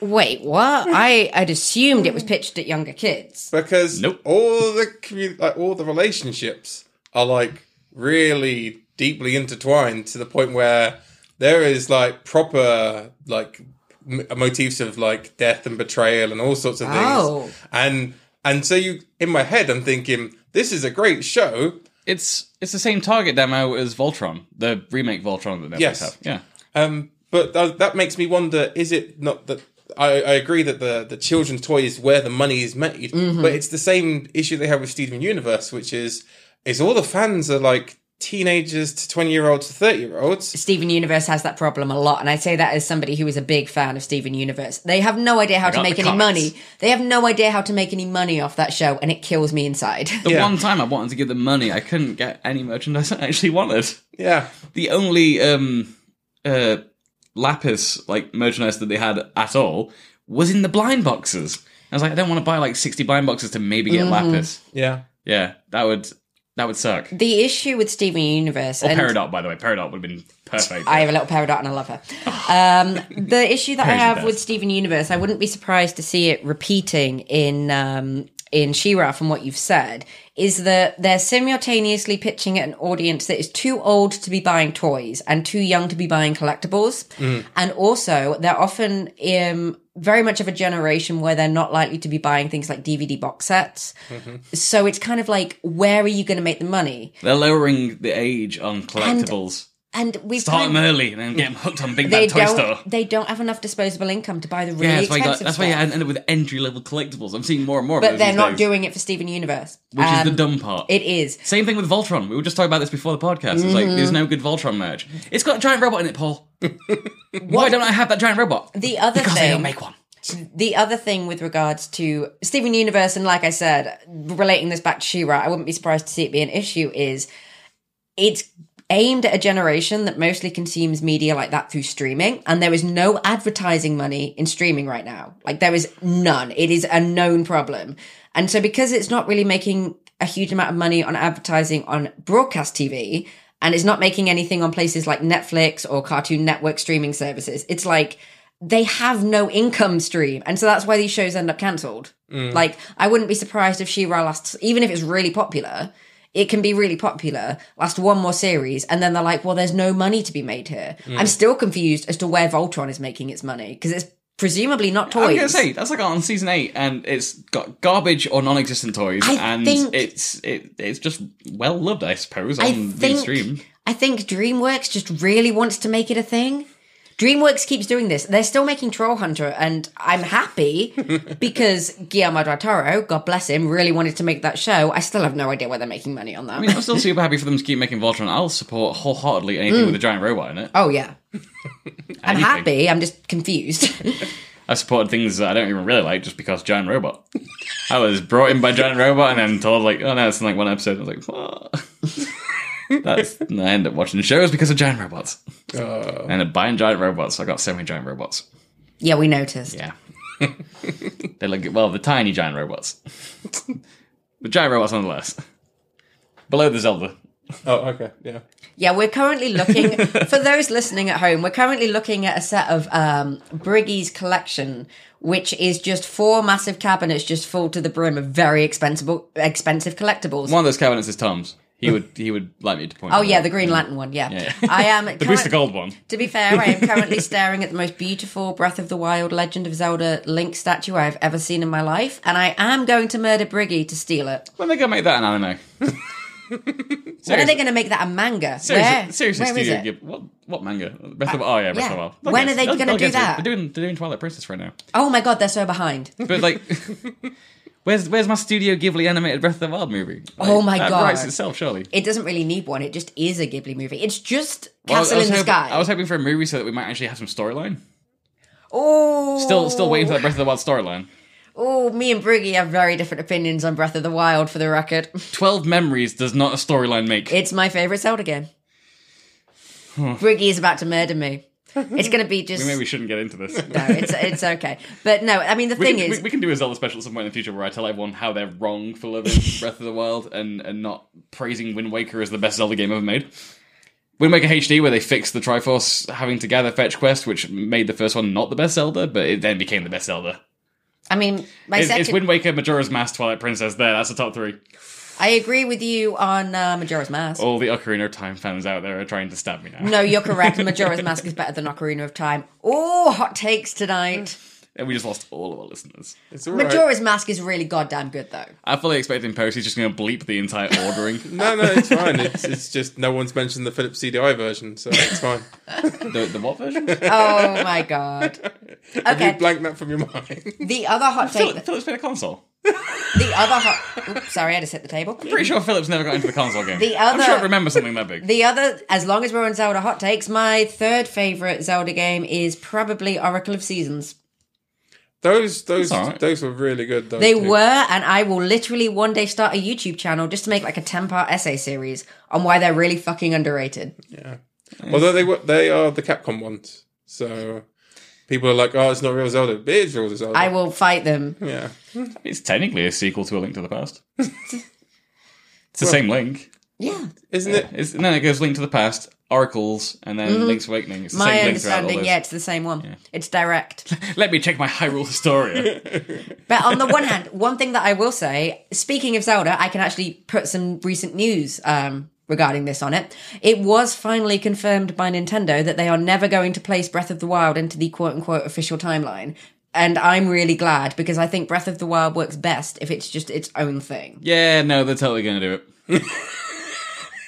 Wait, what? I I'd assumed it was pitched at younger kids. because Nope. all the commu- like all the relationships are like really deeply intertwined to the point where there is like proper like m- motifs of like death and betrayal and all sorts of things. Oh. And and so you in my head I'm thinking this is a great show It's it's the same target demo as Voltron, the remake Voltron that Netflix Yes. have. Yeah. Um, but th- that makes me wonder: is it not that I, I agree that the, the children's toy is where the money is made, but it's the same issue they have with Steven Universe, which is is all the fans are like teenagers to twenty year olds to thirty year olds. Steven Universe has that problem a lot, and I say that as somebody who is a big fan of Steven Universe. They have no idea how to got make the any comics. money. They have no idea how to make any money off that show, and it kills me inside. The Yeah. one time I wanted to give them money, I couldn't get any merchandise I actually wanted. Yeah, The only um, uh, lapis like merchandise that they had at all was in the blind boxes. I was like, I don't want to buy like sixty blind boxes to maybe get Mm-hmm. lapis. yeah, Yeah, that would that would suck. Or the issue with Steven Universe and Peridot, by the way, Peridot would have been perfect. I have a little peridot and I love her. Um, the issue that I Perry's the have with best. Steven Universe, I wouldn't be surprised to see it repeating in um, in Shira from what you've said, is that they're simultaneously pitching at an audience that is too old to be buying toys and too young to be buying collectibles, and also they're often um, very much of a generation where they're not likely to be buying things like DVD box sets. So it's kind of like, where are you going to make the money? They're lowering the age on collectibles. And we've Start kind them early and then get them hooked on Big they Bad Toy don't Store. they don't have enough disposable income to buy the really Yeah, that's why, you got, expensive that's why you stuff. end up with entry level collectibles. I'm seeing more and more. of but those they're these not days, doing it for Steven Universe. which is the Um, dumb part. It is. Same thing with Voltron. We were just talking about this before the podcast. It's like Mm-hmm. there's no good Voltron merch. It's got a giant robot in it, Paul. Why don't I have that giant robot? The other because they thing don't make one. the other thing with regards to Steven Universe and like I said, relating this back to She-Ra, I wouldn't be surprised to see it be an issue is it's aimed at a generation that mostly consumes media like that through streaming and there is no advertising money in streaming right now like there is none it is a known problem and so because it's not really making a huge amount of money on advertising on broadcast tv and it's not making anything on places like netflix or cartoon network streaming services it's like they have no income stream and so that's why these shows end up cancelled Mm. like i wouldn't be surprised if she lasts even if it's really popular it can be really popular, last one more series, and then they're like, well, there's no money to be made here. Mm. I'm still confused as to where Voltron is making its money because it's presumably not I was toys. gonna say that's like on season eight, and it's got garbage or non-existent toys, I and think- it's it, it's just well loved, I suppose, on I the think, stream. I think DreamWorks just really wants to make it a thing. DreamWorks keeps doing this. They're still making Troll Hunter, and I'm happy because Guillermo del Toro, God bless him, really wanted to make that show. I still have no idea where they're making money on that. I mean, I'm still super happy for them to keep making Voltron. I'll support wholeheartedly anything Mm. with a giant robot in it. oh, yeah. I'm Anything. happy. I'm just confused. I supported things that I don't even really like just because Giant Robot. I was brought in by Giant Robot and then told like, oh no, it's in like one episode. I was like, what? That's and I end up watching shows because of giant robots. I end up buying giant robots. I got so many giant robots. yeah, we noticed. Yeah. they look well, the tiny giant robots. the giant robots nonetheless. Below the Zelda. Oh, okay, yeah. Yeah, we're currently looking for those listening at home. We're currently looking at a set of um, Briggy's collection, which is just four massive cabinets just full to the brim of very expensive expensive collectibles. One of those cabinets is Tom's. He would he would like me to point Oh that yeah, out. the Green Lantern one. Yeah, Yeah. I am. the current- Booster Gold one. To be fair, I am currently staring at the most beautiful Breath of the Wild Legend of Zelda Link statue I've ever seen in my life, and I am going to murder Briggy to steal it. When they gonna make that an anime? When are they going to make that a manga? Seriously, Where? seriously Where is Studio it? Uh, Ghibli. What, what manga? Breath of Oh, yeah, Breath yeah. of the Wild. They'll When get- are they they'll- gonna they'll do get to it. that? They're doing, they're doing Twilight Princess right now. Oh my god, they're so behind. But, like, where's where's my Studio Ghibli animated Breath of the Wild movie? Like, Oh my that God. writes itself, surely. it doesn't really need one. It just is a Ghibli movie. It's just Well, I was Castle in the hoping- Sky. I was hoping for a movie so that we might actually have some storyline. oh, Still, still waiting for that Breath of the Wild storyline. Oh, me and Briggy have very different opinions on Breath of the Wild. For the record, Twelve Memories does not a storyline make. it's my favorite Zelda game. Briggy is about to murder me. It's going to be just. Maybe we shouldn't get into this. no, it's it's okay, but no. I mean, the We thing can, is, we, we can do a Zelda special at some point in the future where I tell everyone how they're wrong for loving Breath of the Wild and, and not praising Wind Waker as the best Zelda game ever made. Wind Waker HD, where they fixed the Triforce having to gather fetch quest, which made the first one not the best Zelda, but it then became the best Zelda. I mean, my It's, second. it's Wind Waker, Majora's Mask, Twilight Princess. There, that's the top three. I agree with you on uh, Majora's Mask. All the Ocarina of Time fans out there are trying to stab me now. No, you're correct. Majora's Mask is better than Ocarina of Time. Oh, hot takes tonight. Then we just lost all of our listeners. It's all right. Majora's Mask is really goddamn good though. I fully expect in post he's just going to bleep the entire ordering. No, no, it's fine. It's, it's just no one's mentioned the Philips CDI version, so it's fine. the, the what version? Oh my god. Have you Okay. blanked that from your mind? The other hot take. Phil- Philip's been a console. The other hot. Oops, sorry, I just hit the table. Pretty sure Philip's never got into the console game. The I'm sure I other- remember something that big. The other, as long as we're on Zelda hot takes, my third favorite Zelda game is probably Oracle of Seasons. Those, those, It's all right. those were really good. Those They two. were, and I will literally one day start a YouTube channel just to make like a 10 part essay series on why they're really fucking underrated. Yeah. Although they were, they are the Capcom ones, so people are like, "Oh, it's not real Zelda. It is real Zelda." I will fight them. yeah. It's technically a sequel to A Link to the Past. it's the same link. Yeah. Isn't it? It's, and then it goes Link to the Past, Oracles, and then Link's Awakening. It's the Mm-hmm. My same link throughout all understanding, those. yeah, it's the same one. It's direct. Let me check my Hyrule Historia. But on the one hand, one thing that I will say, speaking of Zelda, I can actually put some recent news um, regarding this on it. It was finally confirmed by Nintendo that they are never going to place Breath of the Wild into the quote unquote official timeline. And I'm really glad because I think Breath of the Wild works best if it's just its own thing. yeah, no, they're totally going to do it.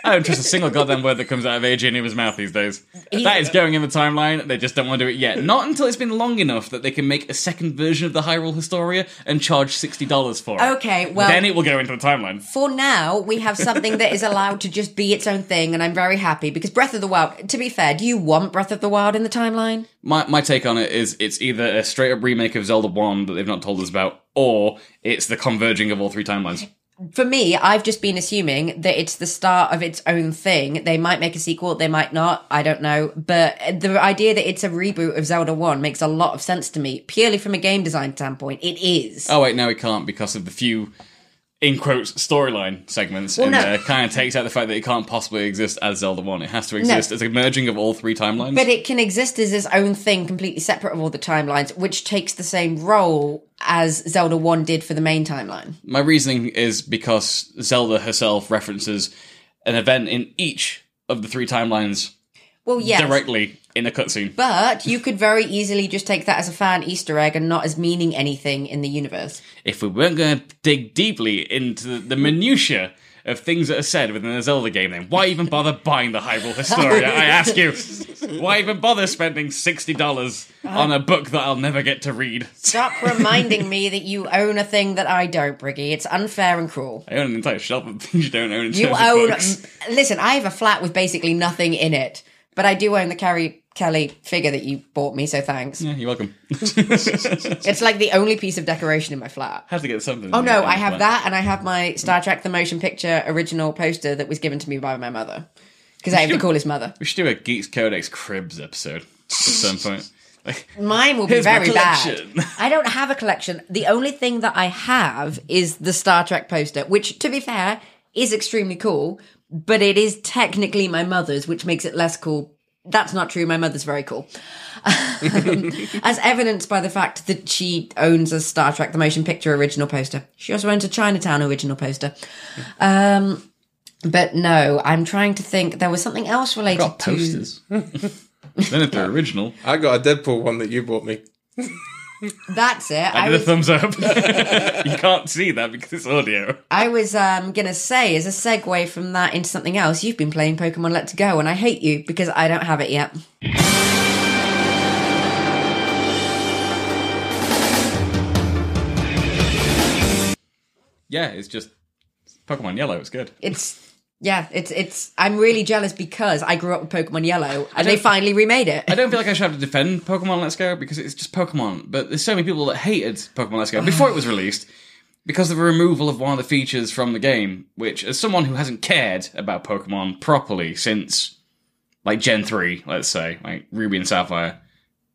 I don't trust a single goddamn word that comes out of AJ Nima's mouth these days. That is going in the timeline. They just don't want to do it yet. Not until it's been long enough that they can make a second version of the Hyrule Historia and charge sixty dollars for it. Okay, well- then it will go into the timeline. For now, we have something that is allowed to just be its own thing, and I'm very happy because Breath of the Wild, to be fair, do you want Breath of the Wild in the timeline? My my take on it is it's either a straight up remake of Zelda One that they've not told us about, or it's the converging of all three timelines. for me, I've just been assuming that it's the start of its own thing. They might make a sequel, they might not, I don't know. But the idea that it's a reboot of Zelda 1 makes a lot of sense to me, purely from a game design standpoint. It is. Oh wait, no, it can't because of the few in quotes storyline segments in no. there. Kind of takes out the fact that it can't possibly exist as Zelda One. It has to exist as a merging of all three timelines. But it can exist as its own thing, completely separate of all the timelines, which takes the same role as Zelda 1 did for the main timeline. My reasoning is because Zelda herself references an event in each of the three timelines Well, yes. directly in a cutscene. But you could very easily just take that as a fan Easter egg and not as meaning anything in the universe. If we weren't going to dig deeply into the, the minutia of things that are said within a Zelda game, then why even bother buying the Hyrule Historia? I ask you, why even bother spending sixty dollars on a book that I'll never get to read? Stop reminding me that you own a thing that I don't, Briggy. It's unfair and cruel. I own an entire shelf of things you don't own. In You terms own. Of books. m- Listen, I have a flat with basically nothing in it, but I do own the Carrie Kelly figure that you bought me, so thanks. Yeah, you're welcome. It's like the only piece of decoration in my flat. have to get something. Oh no, I have that, and I have my Star Trek the Motion Picture original poster that was given to me by my mother. Because I have the coolest mother. We should do a Geeks Codex Cribs episode at some point. Like, Mine will be Here's my very bad. collection. I don't have a collection. The only thing that I have is the Star Trek poster, which, to be fair, is extremely cool, but it is technically my mother's, which makes it less cool. That's not true. My mother's very cool. Um, as evidenced by the fact that she owns a Star Trek The Motion Picture original poster. She also owns a Chinatown original poster. Um, but no, I'm trying to think. There was something else related got to. posters. then if they're original, I got a Deadpool one that you bought me. That's it. I I did a was- thumbs up. you can't see that because it's audio. I was um, gonna say as a segue from that into something else. You've been playing Pokemon Let's Go, and I hate you because I don't have it yet. Yeah, it's just Pokemon Yellow. It's good. It's yeah, it's it's. I'm really jealous because I grew up with Pokemon Yellow, and they finally remade it. I don't feel like I should have to defend Pokemon Let's Go because it's just Pokemon. But there's so many people that hated Pokemon Let's Go before it was released because of the removal of one of the features from the game. Which, as someone who hasn't cared about Pokemon properly since like Gen three, let's say like Ruby and Sapphire,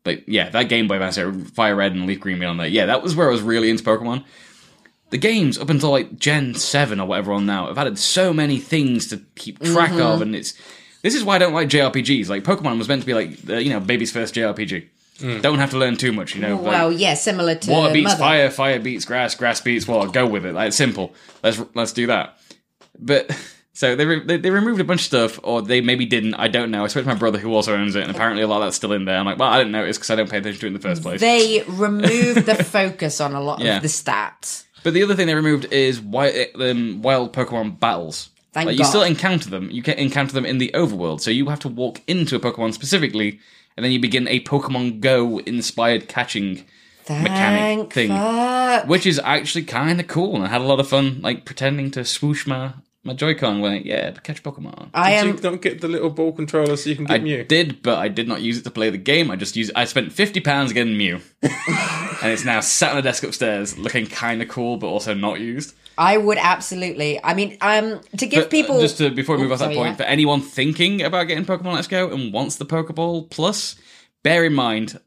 but yeah, that Game Boy Advance, era, Fire Red and Leaf Green beyond that. Yeah, that was where I was really into Pokemon. The games up until like Gen seven or whatever on now have added so many things to keep track of, and it's this is why I don't like JRPGs. Like Pokemon was meant to be like the, you know baby's first JRPG. Don't have to learn too much, you know. like, well, yeah, similar to water beats Mother. fire, fire beats grass, grass beats water. Go with it. Like, it's simple. Let's let's do that. But So they, re- they they removed a bunch of stuff, or they maybe didn't. I don't know. I spoke to my brother who also owns it, and apparently a lot of that's still in there. I'm like, well, I didn't notice because I don't pay attention to it in the first place. They removed the focus on a lot Yeah. of the stats. But the other thing they removed is wild, um, wild Pokemon battles. Thank like, You God. still encounter them. You can encounter them in the overworld, so you have to walk into a Pokemon specifically, and then you begin a Pokemon Go inspired catching mechanic Thank thing, fuck. which is actually kind of cool. And I had a lot of fun, like pretending to swoosh my my Joy-Con, like yeah, catch Pokemon. I Did am you not get the little ball controller so you can I get Mew? did, but I did not use it to play the game. I just used. I spent fifty pounds getting Mew, and it's now sat on a desk upstairs, looking kind of cool, but also not used. I would absolutely. I mean, um, to give But, uh, people just to before we move Oh, off that sorry, point, yeah. for anyone thinking about getting Pokemon Let's Go and wants the Pokeball Plus, bear in mind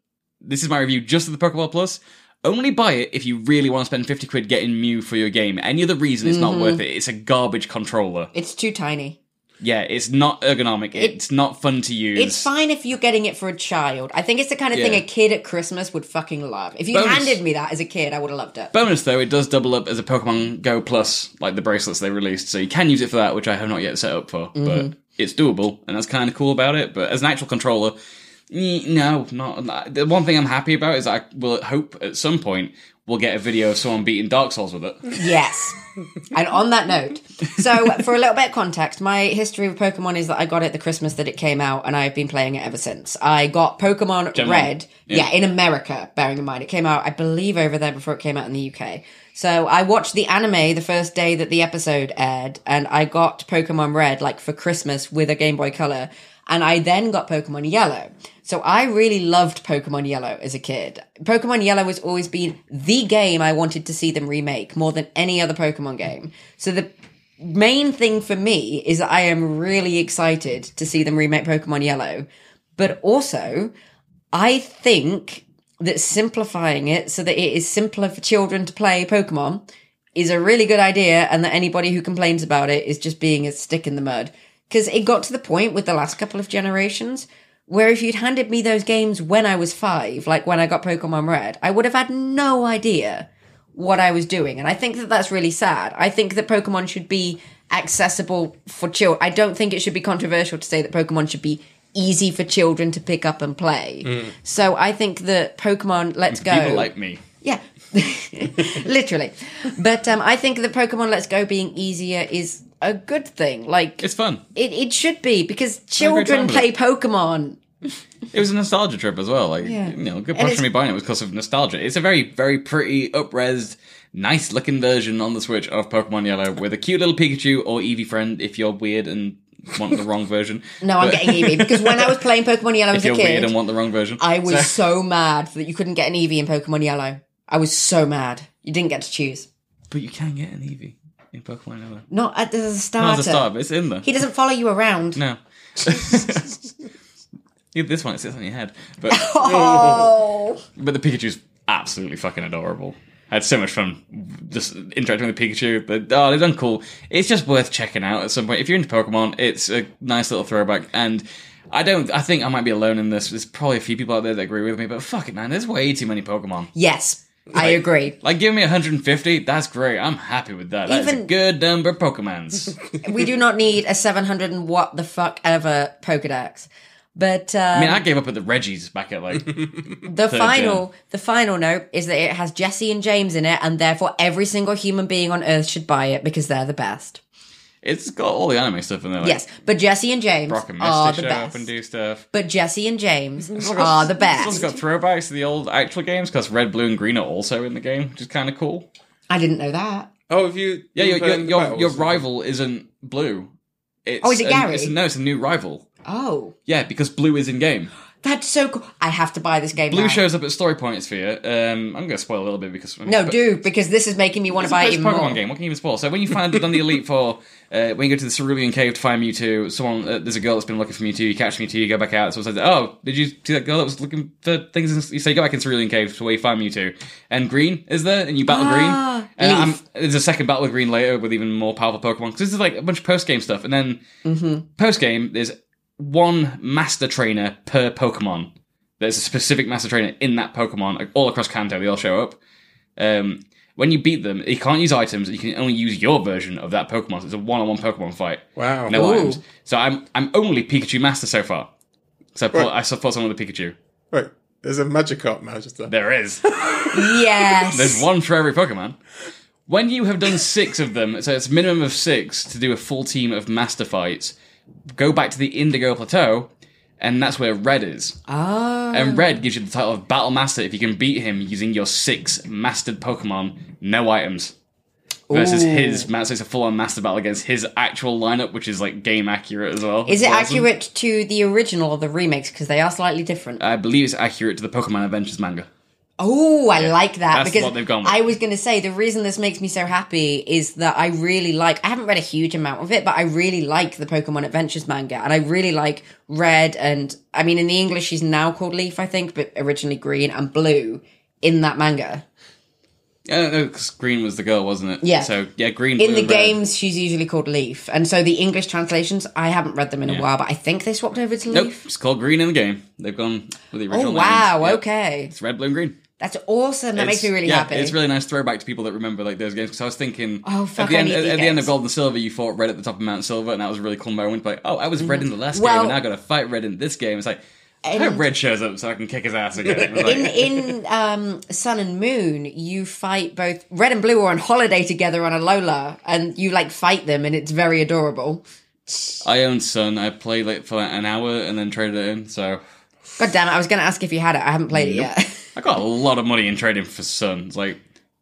this is my review just of the Pokeball Plus. Only buy it if you really want to spend fifty quid getting Mew for your game. Any other reason, it's Mm-hmm. not worth it. It's a garbage controller. it's too tiny. Yeah, it's not ergonomic. it's not fun to use. It's fine if you're getting it for a child. I think it's the kind of thing Yeah. a kid at Christmas would fucking love. If you Bonus. handed me that as a kid, I would have loved it. Bonus though, it does double up as a Pokemon Go Plus, like the bracelets they released, so you can use it for that, which I have not yet set up for, but it's doable, and that's kind of cool about it. But as an actual controller, eh, no, not the one thing I'm happy about is I will hope at some point we'll get a video of someone beating Dark Souls with it. Yes. and on that note, so for a little bit of context, my history with Pokemon is that I got it the Christmas that it came out, and I've been playing it ever since. I got Pokemon Gen one. Red, yeah. in America. Bearing in mind, it came out, I believe, over there before it came out in the UK. So I watched the anime the first day that the episode aired, and I got Pokemon Red like for Christmas with a Game Boy Color, and I then got Pokemon Yellow. So I really loved Pokemon Yellow as a kid. Pokemon Yellow has always been the game I wanted to see them remake more than any other Pokemon game. So the main thing for me is that I am really excited to see them remake Pokemon Yellow, but also I think that simplifying it so that it is simpler for children to play Pokemon is a really good idea, and that anybody who complains about it is just being a stick in the mud. Because it got to the point with the last couple of generations where if you'd handed me those games when I was five, like when I got Pokemon Red, I would have had no idea what I was doing. And I think that that's really sad. I think that Pokemon should be accessible for children. I don't think it should be controversial to say that Pokemon should be easy for children to pick up and play. So I think that Pokemon Let's Go. Mm. People like me. Yeah. Literally. But um, I think that Pokemon Let's Go being easier is a good thing. Like, It's fun. it, it should be because great time children with play Pokemon. It was a nostalgia trip as well. Like, Yeah. you know, a good And portion it's- of me buying it was because of nostalgia. It's a very, very pretty, upres, nice looking version on the Switch of Pokemon Yellow with a cute little Pikachu or Eevee friend if you're weird and want the wrong version. No, I'm But getting Eevee because when I was playing Pokemon Yellow If as a you're weird and kid, want the wrong version. I was so mad that you couldn't get an Eevee in Pokemon Yellow. I was so mad. You didn't get to choose. But you can get an Eevee in Pokemon Yellow. Not at the starter. Not as a star, but it's in there. He doesn't follow you around. No. Yeah, this one, it sits on your head. But, Oh. but the Pikachu's absolutely fucking adorable. I had so much fun just interacting with Pikachu. But, oh, they've done cool. It's just worth checking out at some point. If you're into Pokemon, it's a nice little throwback. And I don't, I think I might be alone in this. There's probably a few people out there that agree with me, but fuck it, man. There's way too many Pokemon. Yes, I agree. Like, give me 150. That's great. I'm happy with that. That's a Even- good number of Pokemons. We do not need a 700 and what the fuck ever Pokedex. But uh, I mean, I gave up at the Reggies back at like The Third final, the final note is that it has Jesse and James in it, and therefore every single human being on Earth should buy it because they're the best. it's got all the anime stuff in there. Like yes, but Jesse and James Brock and are Misty the show up best. and do stuff. But Jesse and James are the It's best. also got throwbacks to the old actual games because Red, Blue, and Green are also in the game, which is kind of cool. I didn't know that. Oh, have you? Yeah, your you've your been your, battles? your rival isn't Blue. It's Oh, is it a- Gary? it's a- no, it's a new rival. Oh, Yeah, because Blue is in game. that's so cool! I have to buy this game. Blue now. shows up at story points for you. Um, I'm going to spoil a little bit because No, but- do because this is making me want to buy it It's a even Pokemon more. game. What can you even spoil? So when you find it on the Elite Four, uh, when you go to the Cerulean Cave to find Mewtwo, someone uh, there's a girl that's been looking for Mewtwo. You catch Mewtwo, you go back out. Someone says, "Oh, did you see that girl that was looking for things?" In, you say, "Go back in Cerulean Cave to where you find Mewtwo." And Green is there, and you battle Green. And Ah, Leaf. I'm- there's a second battle with Green later with even more powerful Pokemon. 'Cause this is like a bunch of post game stuff, and then Mm-hmm. post game there's one master trainer per Pokemon. There's a specific master trainer in that Pokemon like, all across Kanto. They all show up. Um, When you beat them, you can't use items. You can only use your version of that Pokemon. So it's a one-on-one Pokemon fight. Wow. No Ooh. items. So I'm I'm only Pikachu master so far. So I put, Right. I support someone with a Pikachu. Wait, there's a Magikarp Magister. There is. Yes. There's one for every Pokemon. When you have done six of them, so it's a minimum of six to do a full team of master fights, go back to the Indigo Plateau, and that's where Red is. Oh. And Red gives you the title of Battle Master if you can beat him using your six mastered Pokemon, no items. Versus Ooh. his master, it's a full on master battle against his actual lineup, which is like game accurate as well. Is It's it awesome. accurate to the original or the remakes? Because they are slightly different. I believe it's accurate to the Pokemon Adventures manga. Oh, I like that that's because what they've gone with. I was going to say the reason this makes me so happy is that I really like. I haven't read a huge amount of it, but I really like the Pokemon Adventures manga, and I really like Red and I mean in the English she's now called Leaf, I think, but originally Green and Blue in that manga. Yeah, Uh, no, 'cause Green was the girl, wasn't it? Yeah. So yeah, Green In blue, the and red. games, she's usually called Leaf, and so the English translations I haven't read them in a while, but I think they swapped over to Nope, Leaf. it's called Green in the game. They've gone with the original. Oh wow! names. Yep. Okay, It's red, blue, and green. that's awesome. That makes It's- me really yeah, happy. It's really nice throwback to people that remember like those games. Because I was thinking, Oh, at fuck, the I end, need at, these at the end of games. Gold and Silver, you fought red at the top of Mount Silver, and that was a really cool moment. Like, oh, I was red in the last Mm. Well- game, and I got to fight red in this game. It's like, I hope And- red shows up so I can kick his ass again. It was like- in in um, Sun and Moon, you fight both Red and Blue are on holiday together on Alola, and you like fight them, and it's very adorable. I owned Sun. I played like for like, an hour and then traded it in. So God damn it! I was going to ask if you had it. I haven't played it yet. I got a lot of money in trading for Sun. It's like.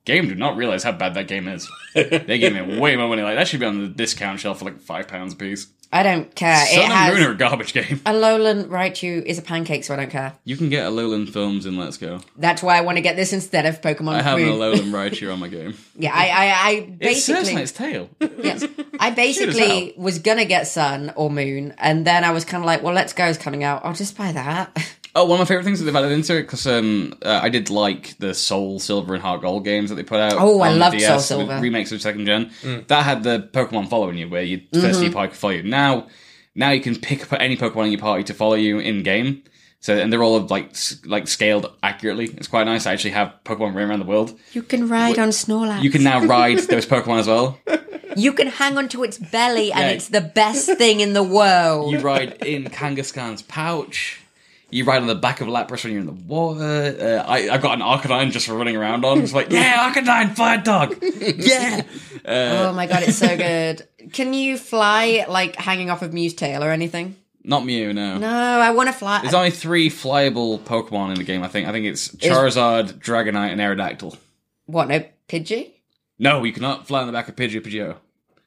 Game did not realize how bad that game is. they gave me way more money. Like that should be on the discount shelf for like five pounds a piece. I don't care. Sun Uh, it and Moon has are a garbage game. Alolan Raichu is a pancake, so I don't care. You can get Alolan films in Let's Go. That's why I want to get this instead of Pokemon. I have an Moon. Alolan Raichu on my game. Yeah, I I, I It serves on basically its tail. yes, I as basically was gonna get Sun or Moon, and then I was kind of like, well, Let's Go is coming out. I'll just buy that. Oh, one of my favorite things that they've added into it because um, uh, I did like the Soul Silver and Heart Gold games that they put out. Oh, I on loved DS, Soul the Silver. remakes of second gen. That had the Pokemon following you, where your Mm-hmm. 1st your party could follow you. Now, now you can pick up any Pokemon in your party to follow you in game. So and they're all like s- like scaled accurately. It's quite nice. I actually have Pokemon running around the world. you can ride on Snorlax. You can now ride those Pokemon as well. You can hang onto its belly, and Yeah. it's the best thing in the world. You ride in Kangaskhan's pouch. You ride on the back of Lapras when you're in the water. Uh, I, I've got an Arcanine just for running around on. It's like, yeah, Arcanine, fire dog. yeah. oh my god, it's so good. Can you fly like hanging off of Mew's tail or anything? Not Mew, no. No, I want to fly. There's only three flyable Pokemon in the game, I think. I think it's Charizard, Dragonite, and Aerodactyl. what? No, Pidgey. No, you cannot fly on the back of Pidgey or Pidgeot.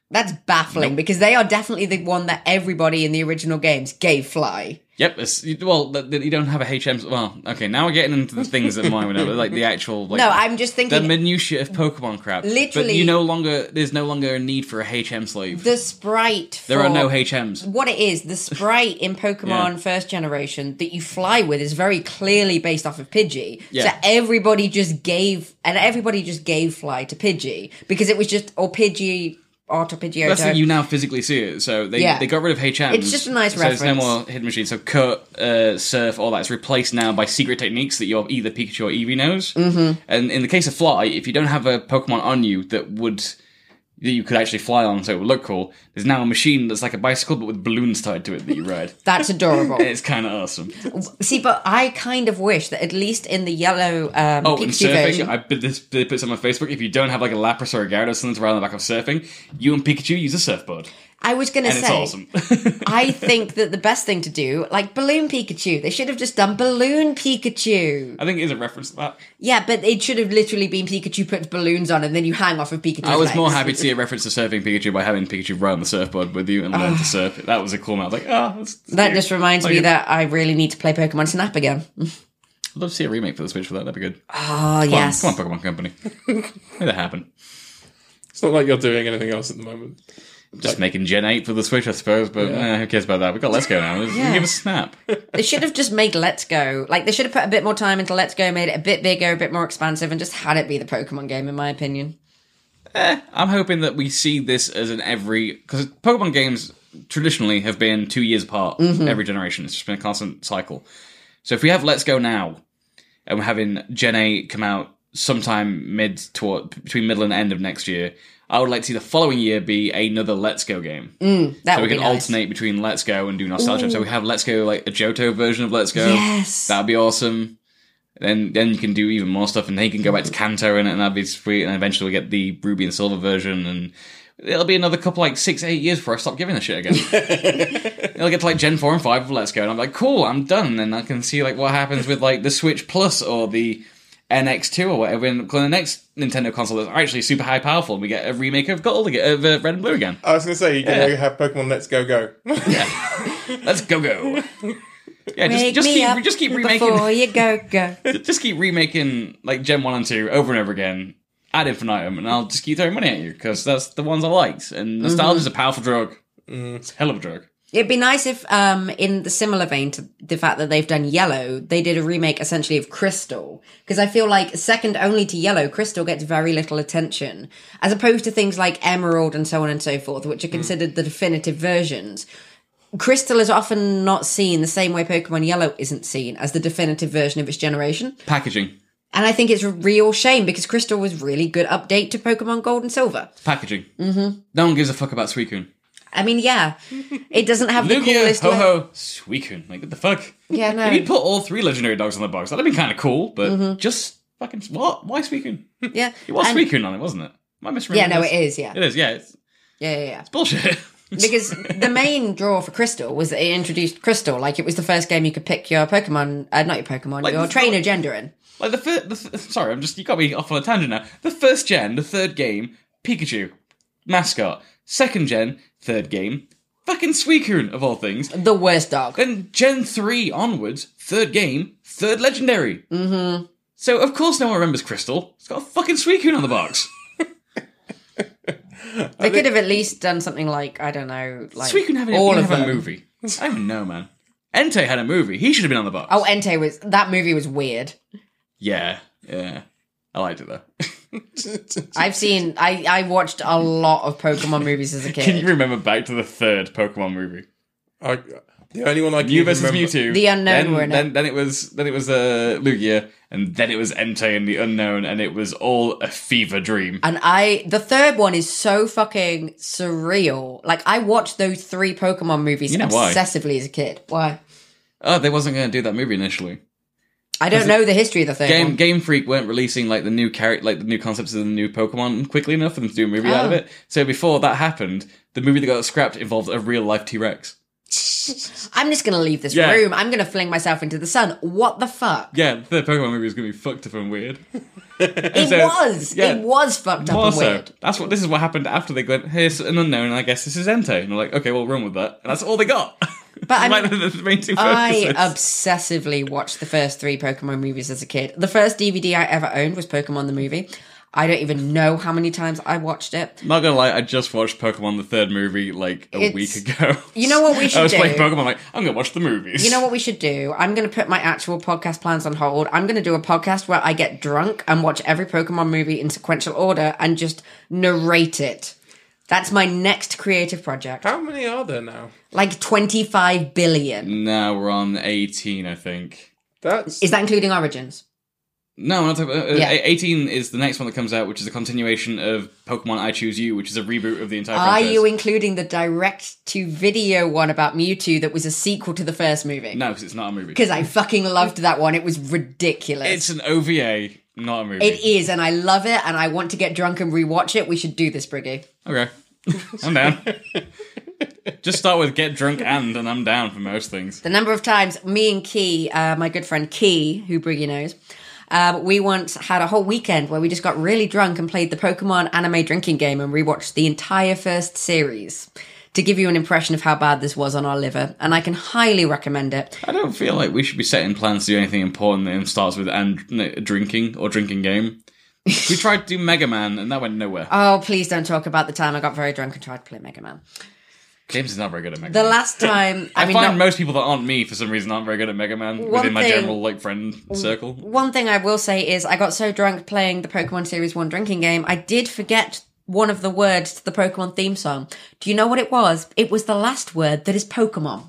That's baffling because they are definitely the one that everybody in the original games gave fly. Yep. It's, you- well, th- th- you don't have a HM. Well, okay, now we're getting into the things that mine would know, like the actual. Like, No, I'm just the thinking minutiae of Pokemon crap. But Literally- you no longer. There's no longer a need for a HM slave. the sprite. There for- are no HMs. What it is, the sprite in Pokemon Yeah. First Generation that you fly with is very clearly based off of Pidgey. Yeah. So everybody just gave, and everybody just gave fly to Pidgey because it was just or Pidgey or to Pidgeotto. That's that you now physically see it. So they, Yeah. they got rid of HMs. It's just a nice so there's reference. no more hidden machines. So cut, uh, surf, all that's replaced now by secret techniques that your either Pikachu or Eevee knows. Mm-hmm. And in the case of fly, if you don't have a Pokemon on you that would that you could actually fly on, so it would look cool. There's now a machine that's like a bicycle but with balloons tied to it that you ride. That's adorable. it's kind of awesome. See, but I kind of wish that at least in the yellow um, Oh, and Pikachu surfing, version. I put this they put this on my Facebook. If you don't have like a Lapras or a Gyarados or something to ride on the back of surfing, you and Pikachu use a surfboard, I was going to and say, it's awesome. I think that the best thing to do, like Balloon Pikachu, they should have just done Balloon Pikachu. I think it is a reference to that. Yeah, but it should have literally been Pikachu puts balloons on and then you hang off of Pikachu. I was more happy to see a reference to surfing Pikachu by having Pikachu ride on the surfboard with you and learn to surf. That was a cool moment. I was like, oh, that's, that's Ah. That cute." just reminds Like, me that I really need to play Pokemon Snap again. I'd love to see a remake for the Switch for that. That'd be good. Come Oh, on, yes. come on, Pokemon Company. Make that happen. It's not like you're doing anything else at the moment. Just making Gen 8 for the Switch, I suppose, but eh, who cares about that? We've got Let's Go now. Just Yeah. Give us a snap. They should have just made Let's Go. Like, they should have put a bit more time into Let's Go, made it a bit bigger, a bit more expansive, and just had it be the Pokemon game, in my opinion. I'm hoping that we see this as an every because Pokemon games traditionally have been two years apart every generation. It's just been a constant cycle. So if we have Let's Go now, and we're having Gen 8 come out sometime mid toward between middle and end of next year. I would like to see the following year be another Let's Go game. That so we would can be nice. alternate between Let's Go and Do Nostalgia. So we have Let's Go like a Johto version of Let's Go. Yes. That'd be awesome. Then then you can do even more stuff and then you can go back to Kanto and, and that'd be sweet and eventually we'll get the Ruby and Silver version and it'll be another couple like six, eight years before I stop giving a shit again. it'll get to like Gen 4 and 5 of Let's Go and I'm like, cool, I'm done. And I can see like what happens with like the Switch Plus or the NX2 or whatever, and the next Nintendo console that's actually super high powerful, and we get a remake of Gold, aga- of uh, Red and Blue again. I was going to say, you're Yeah. going to have Pokemon Let's Go Go. Let's go go. Yeah, just, Wake just me keep up just keep Before remaking you go, go. just keep remaking like Gen One and Two over and over again ad infinitum, and I'll just keep throwing money at you because that's the ones I liked. And nostalgia's a powerful drug. It's a hell of a drug. It'd be nice if, um, in the similar vein to the fact that they've done Yellow, they did a remake essentially of Crystal. Because I feel like second only to Yellow, Crystal gets very little attention, as opposed to things like Emerald and so on and so forth, Hmm. which are considered the definitive versions. Crystal is often not seen the same way Pokemon Yellow isn't seen as the definitive version of its generation. Packaging, And I think it's a real shame because Crystal was really good update to Pokemon Gold and Silver. packaging. Mm-hmm. No one gives a fuck about Suicune. I mean, yeah, it doesn't have the Lugia, coolest. ho lo- ho, Suicune. Like what the fuck? Yeah, no. If you'd put all three legendary dogs on the box, that'd have been kind of cool. But just fucking what? Why Suicune? Yeah, It was And- Suicune on it, wasn't it? Am I misremembering? Yeah, no, this? it is. Yeah, It is. Yeah, it's yeah, yeah. yeah. bullshit. Because the main draw for Crystal was that it introduced Crystal, like it was the first game you could pick your Pokemon, uh, not your Pokemon, Like, your not- trainer gender in. Like the first, the th- sorry, I'm just you got me off on a tangent now. The first gen, the third game, Pikachu, mascot. Second gen, third game, fucking Suicune of all things. The worst dog. Then gen three onwards, third game, third legendary. Mm-hmm. So of course no one remembers Crystal. It's got a fucking Suicune on the box. They could have at least done something like I don't know, like Suicune having all all of have a them. movie. I don't even know, man. Entei had a movie. He should have been on the box. Oh, Entei was that movie was weird. yeah, yeah. I liked it though. I've seen, I I watched a lot of Pokemon movies as a kid. Can you remember back to the third Pokemon movie? I, the only one I can You versus remember. Mewtwo. The unknown Then, were in it. then, then it was then it was uh, Lugia, and then it was Entei and the unknown, and it was all a fever dream. And I, the third one is so fucking surreal. Like I watched those three Pokemon movies You know why? obsessively as a kid. Why? oh, they wasn't going to do that movie initially. I don't know the history of the third Game one. Game Freak weren't releasing like the new character, like the new concepts of the new Pokemon quickly enough for them to do a movie out of Oh. it. So before that happened, the movie that got scrapped involved a real life T Rex. I'm just gonna leave this Yeah. room. I'm gonna fling myself into the sun. What the fuck? Yeah, the third Pokemon movie is going to be fucked up and weird. it so- was. yeah. It was fucked up More and so, weird. that's what this is what happened after they went. Here's an unknown, and I guess this is Entei. And I'm like, okay, we'll run with that. And that's all they got. But I like mean, the, the main two I focuses. obsessively watched the first three Pokemon movies as a kid. The first DVD I ever owned was Pokemon the movie. I don't even know how many times I watched it. Not gonna lie, I just watched Pokemon the third movie like a It's- week ago. You know what we I should was do? playing Pokemon like I'm gonna watch the movies. You know what we should do? I'm going to put my actual podcast plans on hold. I'm going to do a podcast where I get drunk and watch every Pokemon movie in sequential order and just narrate it. That's my next creative project. How many are there now? Like 25 billion. Now we're on 18, I think. That's Is that including Origins? No, I'm not talking about, uh, Yeah. 18 is the next one that comes out, which is a continuation of Pokemon I Choose You, which is a reboot of the entire Are franchise. you including the direct to video one about Mewtwo that was a sequel to the first movie? no, because it's not a movie. Because I fucking loved that one. It was ridiculous. It's an OVA, not a movie. it is, and I love it, and I want to get drunk and rewatch it. We should do this, Briggy. Okay. I'm down. just start with get drunk and, and I'm down for most things. The number of times me and Key, uh, my good friend Key, who Briggy knows, um, we once had a whole weekend where we just got really drunk and played the Pokemon anime drinking game and rewatched the entire first series to give you an impression of how bad this was on our liver. And I can highly recommend it. I don't feel like we should be setting plans to do anything important and starts with and no, drinking or drinking game. we tried to do Mega Man and that went nowhere. Oh, please don't talk about the time I got very drunk and tried to play Mega Man. James is not very good at Mega The Man. last time, I, I, mean, find not- most people that aren't me for some reason aren't very good at Mega Man within my thing- general like friend circle. one thing I will say is I got so drunk playing the Pokemon Series 1 drinking game, I did forget one of the words to the Pokemon theme song. Do you know what it was? It was the last word that is Pokemon.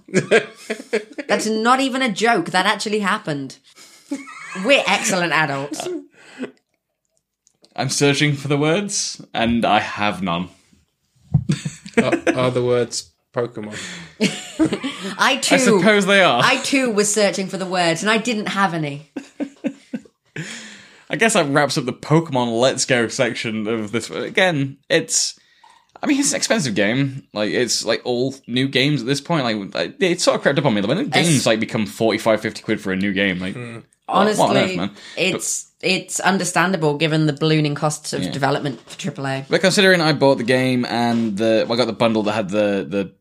That's not even a joke. That actually happened. We're excellent adults. I'm searching for the words, and I have none. are, are the words Pokemon? I too, I suppose they are. I too was searching for the words, and I didn't have any. I guess that wraps up the Pokemon Let's Go section of this. Again, it's. I mean, it's an expensive game. Like, it's like all new games at this point. Like, like, it sort of crept up on me. Like, when the games like become 45, 50 quid for a new game, like, Honestly, what on earth, man? it's it's understandable given the ballooning costs of development for AAA. But considering I bought the game and the well, I got the bundle that had the the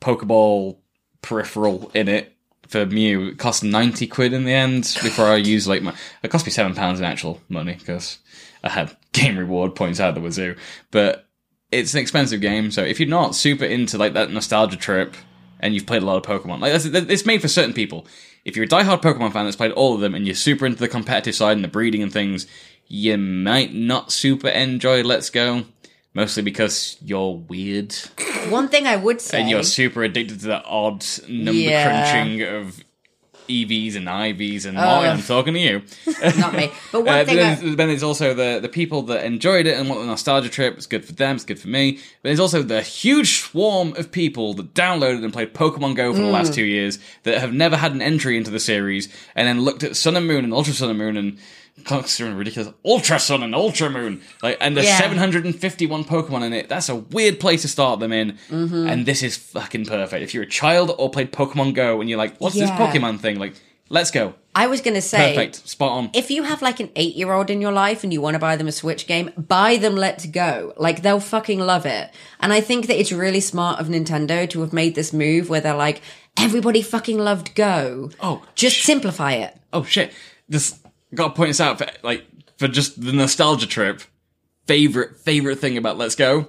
Pokeball peripheral in it for Mew, it cost ninety quid in the end before I used like my. It cost me seven pounds in actual money because I had game reward points out the wazoo. But it's an expensive game, so if you're not super into like that nostalgia trip and you've played a lot of Pokemon, like that's, that- it's made for certain people. If you're a diehard Pokemon fan that's played all of them and you're super into the competitive side and the breeding and things, you might not super enjoy Let's Go. Mostly because you're weird One thing I would say, and you're super addicted to the odd number Yeah. crunching of EVs and IVs and Martin, I'm talking to you. not me, but one Uh, but thing then, I, there's- then there's also the the people that enjoyed it and want the nostalgia trip. It's good for them. It's good for me. But there's also the huge swarm of people that downloaded and played Pokemon Go for the Mm. last two years that have never had an entry into the series and then looked at Sun and Moon and Ultra Sun and Moon and considering ridiculous Ultra Sun and Ultra Moon like and there's Yeah. 751 Pokemon in it. That's a weird place to start them in. Mm-hmm. And this is fucking perfect. If you're a child or played Pokemon Go and you're like, what's this Yeah. Pokemon thing? Like, let's go. I was going to say, Perfect. Spot on. if you have like an eight year old in your life and you want to buy them a Switch game, buy them Let's Go. Like they'll fucking love it. And I think that it's really smart of Nintendo to have made this move where they're like, everybody fucking loved Go. Oh, just sh- simplify it. oh shit, this got to point this out for like for just the nostalgia trip. Favorite favorite thing about Let's Go,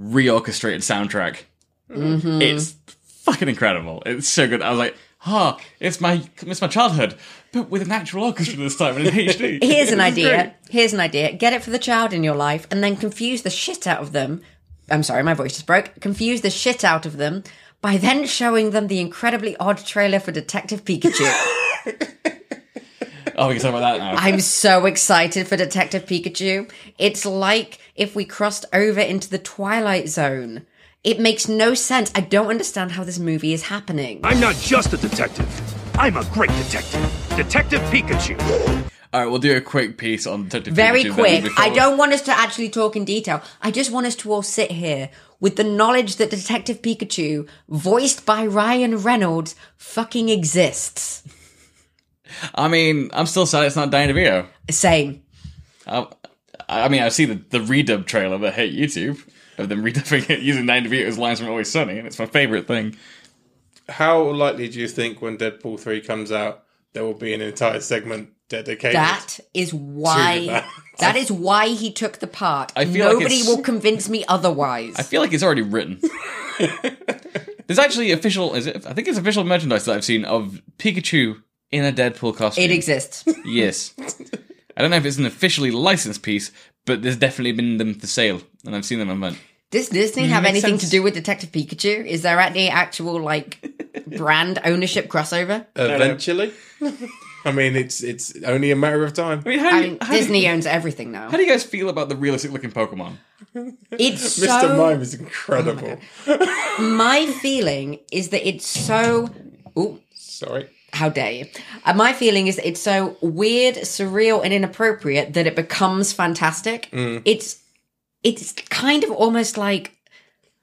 reorchestrated soundtrack. Mm-hmm. It's fucking incredible. It's so good. I was like, huh, it's my it's my childhood, but with an actual orchestra this time and in HD. Here's an It's idea. great. Here's an idea. Get it for the child in your life and then confuse the shit out of them. I'm sorry, my voice just broke. Confuse the shit out of them by then showing them the incredibly odd trailer for Detective Pikachu. Oh, we can talk about that now. I'm so excited for Detective Pikachu. It's like if we crossed over into the Twilight Zone. It makes no sense. I don't understand how this movie is happening. I'm not just a detective. I'm a great detective. Detective Pikachu. All right, we'll do a quick piece on Detective Pikachu Very then quick. before- I don't want us to actually talk in detail. I just want us to all sit here with the knowledge that Detective Pikachu, voiced by Ryan Reynolds, fucking exists. I mean, I'm still sad it's not Danny DeVito. Same. I, Um, I mean, I see the, the redub trailer that hit YouTube of them redubbing it using Danny DeVito's lines from Always Sunny, and it's my favorite thing. How likely do you think when Deadpool 3 comes out, there will be an entire segment dedicated? That is True why. that. That is why he took the part. I feel like Nobody it's- will convince me otherwise. I feel like it's already written. There's actually official, is it? I think it's official merchandise that I've seen of Pikachu in a Deadpool costume. it exists. Yes. I don't know if it's an officially licensed piece, but there's definitely been them for sale, and I've seen them online. Does Disney have anything sense. to do with Detective Pikachu? Is there any actual like brand ownership crossover? Eventually? I mean, it's it's only a matter of time. I mean, how do, I you, mean, how, do Disney you, owns everything now. how do you guys feel about the realistic looking Pokemon? It's Mr. so Oh Mime is incredible. my feeling is that it's so. Ooh, Sorry. how dare you? Uh, my feeling is that it's so weird, surreal, and inappropriate that it becomes fantastic. It's it's kind of almost like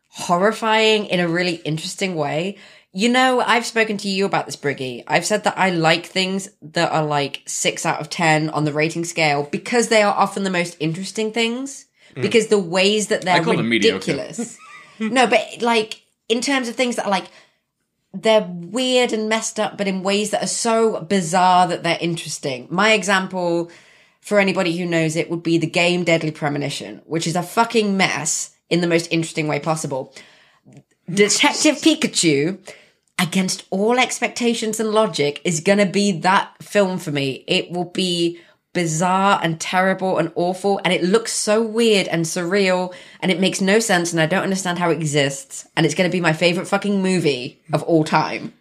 horrifying in a really interesting way. You know, I've spoken to you about this, Briggy. I've said that I like things that are like six out of ten on the rating scale because they are often the most interesting things. Because the ways that they're Hmm. call them mediocre. ridiculous. no, but like in terms of things that are like they're weird and messed up, but in ways that are so bizarre that they're interesting. My example, for anybody who knows it, would be the game Deadly Premonition, which is a fucking mess in the most interesting way possible. Detective Pikachu, against all expectations and logic, is gonna be that film for me. It will be bizarre and terrible and awful, and it looks so weird and surreal, and it makes no sense, and I don't understand how it exists, and it's gonna be my favorite fucking movie of all time.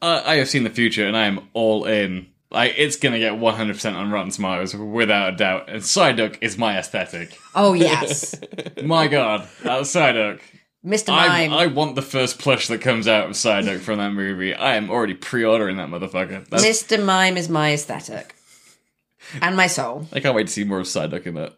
I I have seen the future, and I am all in. Like, Like it's gonna get 100% on Rotten Tomatoes without a doubt. And Psyduck is my aesthetic. Oh yes, My God, that's Psyduck. Mr. I, Mime. I want the first plush that comes out of Psyduck from that movie. I am already pre-ordering that motherfucker. That's, Mr. Mime is my aesthetic and my soul. I can't wait to see more of Psyduck in that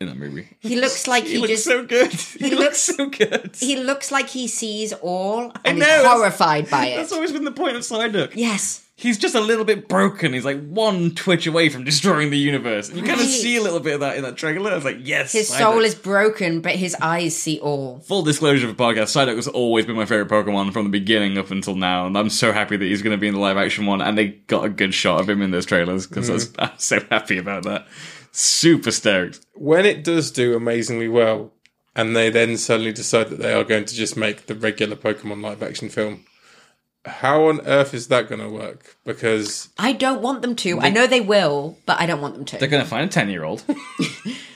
in that movie. He looks like he, He looks just. so good. He, looks looks- so good. he looks like he sees all and know, is that's- horrified by it. That's always been the point of Psyduck. yes, He's just a little bit broken. He's like one twitch away from destroying the universe. And you kind of Right. see a little bit of that in that trailer. It's like, yes, his Psyduck. soul is broken, but his eyes see all. Full disclosure for podcast, Psyduck has always been my favorite Pokemon from the beginning up until now, and I'm so happy that he's going to be in the live action one. And they got a good shot of him in those trailers because I'm so happy about that. Super stoked. when it does do amazingly well, and they then suddenly decide that they are going to just make the regular Pokemon live action film, how on earth is that going to work? Because I don't want them to. I know they will, but I don't want them to. They're going to find a 10 year old,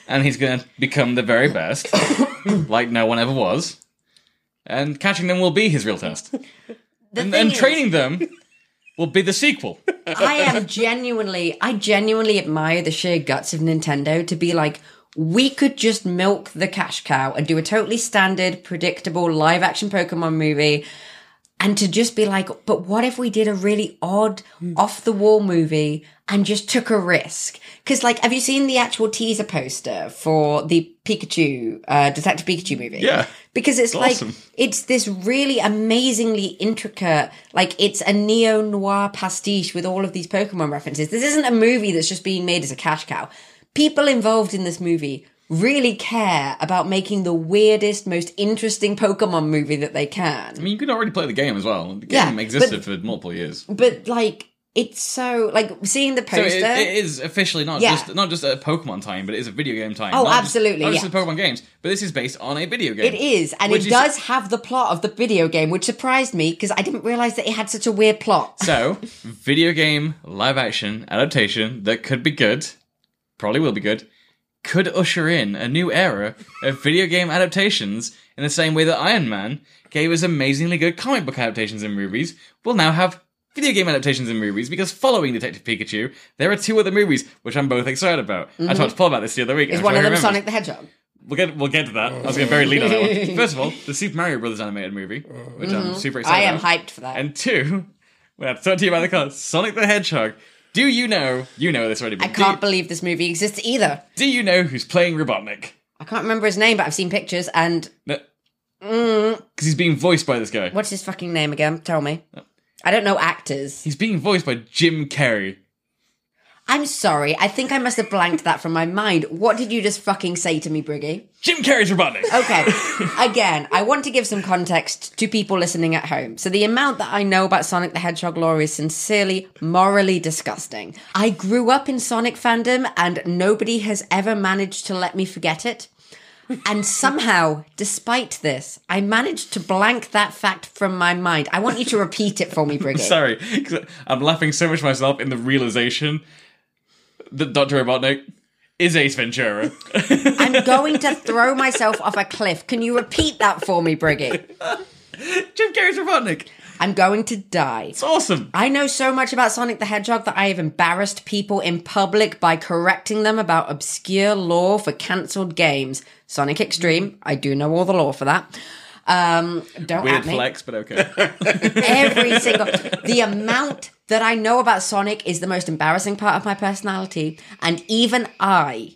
and he's going to become the very best, like no one ever was. And catching them will be his real test. The And, thing and is- training them will be the sequel. I am genuinely, I genuinely admire the sheer guts of Nintendo to be like, we could just milk the cash cow and do a totally standard, predictable live action Pokemon movie. And to just be like, but what if we did a really odd, off the wall movie and just took a risk? Because, like, have you seen the actual teaser poster for the Pikachu, uh, Detective Pikachu movie? Yeah. Because it's like, awesome. it's this really amazingly intricate, like it's a neo noir pastiche with all of these Pokemon references. This isn't a movie that's just being made as a cash cow. People involved in this movie really care about making the weirdest, most interesting Pokemon movie that they I can. mean, you could already play the game as well. The Yeah, game existed but- for multiple years. But like, it's so like seeing the So poster. it, it is officially not Yeah. just not just a Pokemon time, but it is a video game time. Not Oh, just- absolutely, not just yeah. the Pokemon games, but this is based on a video game. It is, and Which it is- does have the plot of the video game, which surprised me because I didn't realize that it had such a weird plot. So, video game live action adaptation that could be good, probably will be good, could usher in a new era of video game adaptations in the same way that Iron Man gave us amazingly good comic book adaptations in movies. We'll now have video game adaptations in movies because following Detective Pikachu, there are two other movies which I'm both excited about. I talked to Paul about this the other week. Mm-hmm. Is and one I of them remembered. Sonic the Hedgehog? We'll get we'll get to that. I was going to very lead on that one. First of all, the Super Mario Brothers animated movie, which I'm super excited. Mm-hmm. I am about. hyped for that. And two, we have to talk to you about the card Sonic the Hedgehog. Do you know? You know this already. But I do, can't believe this movie exists either. do you know who's playing Robotnik? I can't remember his name, but I've seen pictures. And Because Mm. he's being voiced by this guy. what's his fucking name again? Tell me. I don't know actors. He's being voiced by Jim Carrey. I'm sorry. I think I must have blanked that from my mind. What did you just fucking say to me, Briggy? Jim Carrey's Robotnik. Okay. Again, I want to give some context to people listening at home. So the amount that I know about Sonic the Hedgehog lore is sincerely morally disgusting. I grew up in Sonic fandom and nobody has ever managed to let me forget it. And somehow, despite this, I managed to blank that fact from my mind. I want you to repeat it for me, Briggy. Sorry, 'cause I'm laughing so much myself in the realization that Doctor Robotnik is Ace Ventura. I'm going to throw myself off a cliff. Can you repeat that for me, Briggy? Jim Carrey's Robotnik. I'm going to die. It's awesome. I know so much about Sonic the Hedgehog that I have embarrassed people in public by correcting them about obscure lore for cancelled games. Sonic Extreme, I do know all the lore for that. Um, don't Weird at me. flex, but okay. Every single the amount that I know about Sonic is the most embarrassing part of my personality, and even I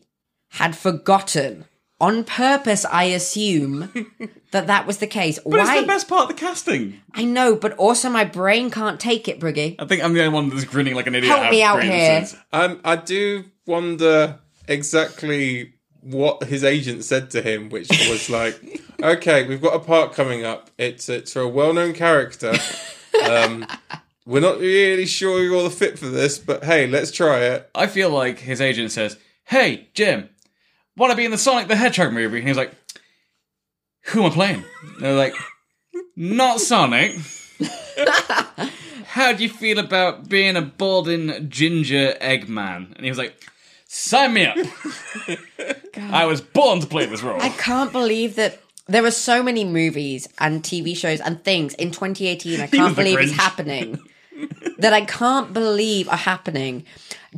had forgotten on purpose. I assume that that was the case. But Why? it's the best part of the casting. I know, but also my brain can't take it, Briggy. I think I'm the only one that's grinning like an idiot. Help how me out great this here. is. um, I do wonder exactly what his agent said to him, which was like, "Okay, we've got a part coming up. It's it's for a well-known character." Um, We're not really sure you're all fit for this, but hey, let's try it. I feel like his agent says, "Hey, Jim, want to be in the Sonic the Hedgehog movie?" And he's like, "Who am I playing?" And they're like, "Not Sonic." How do you feel about being a balding ginger Eggman? And he was like, "Sign me up." I was born to play this role. I can't believe that there are so many movies and TV shows and things in 2018. I was can't the believe it's Grinch. happening. that I can't believe are happening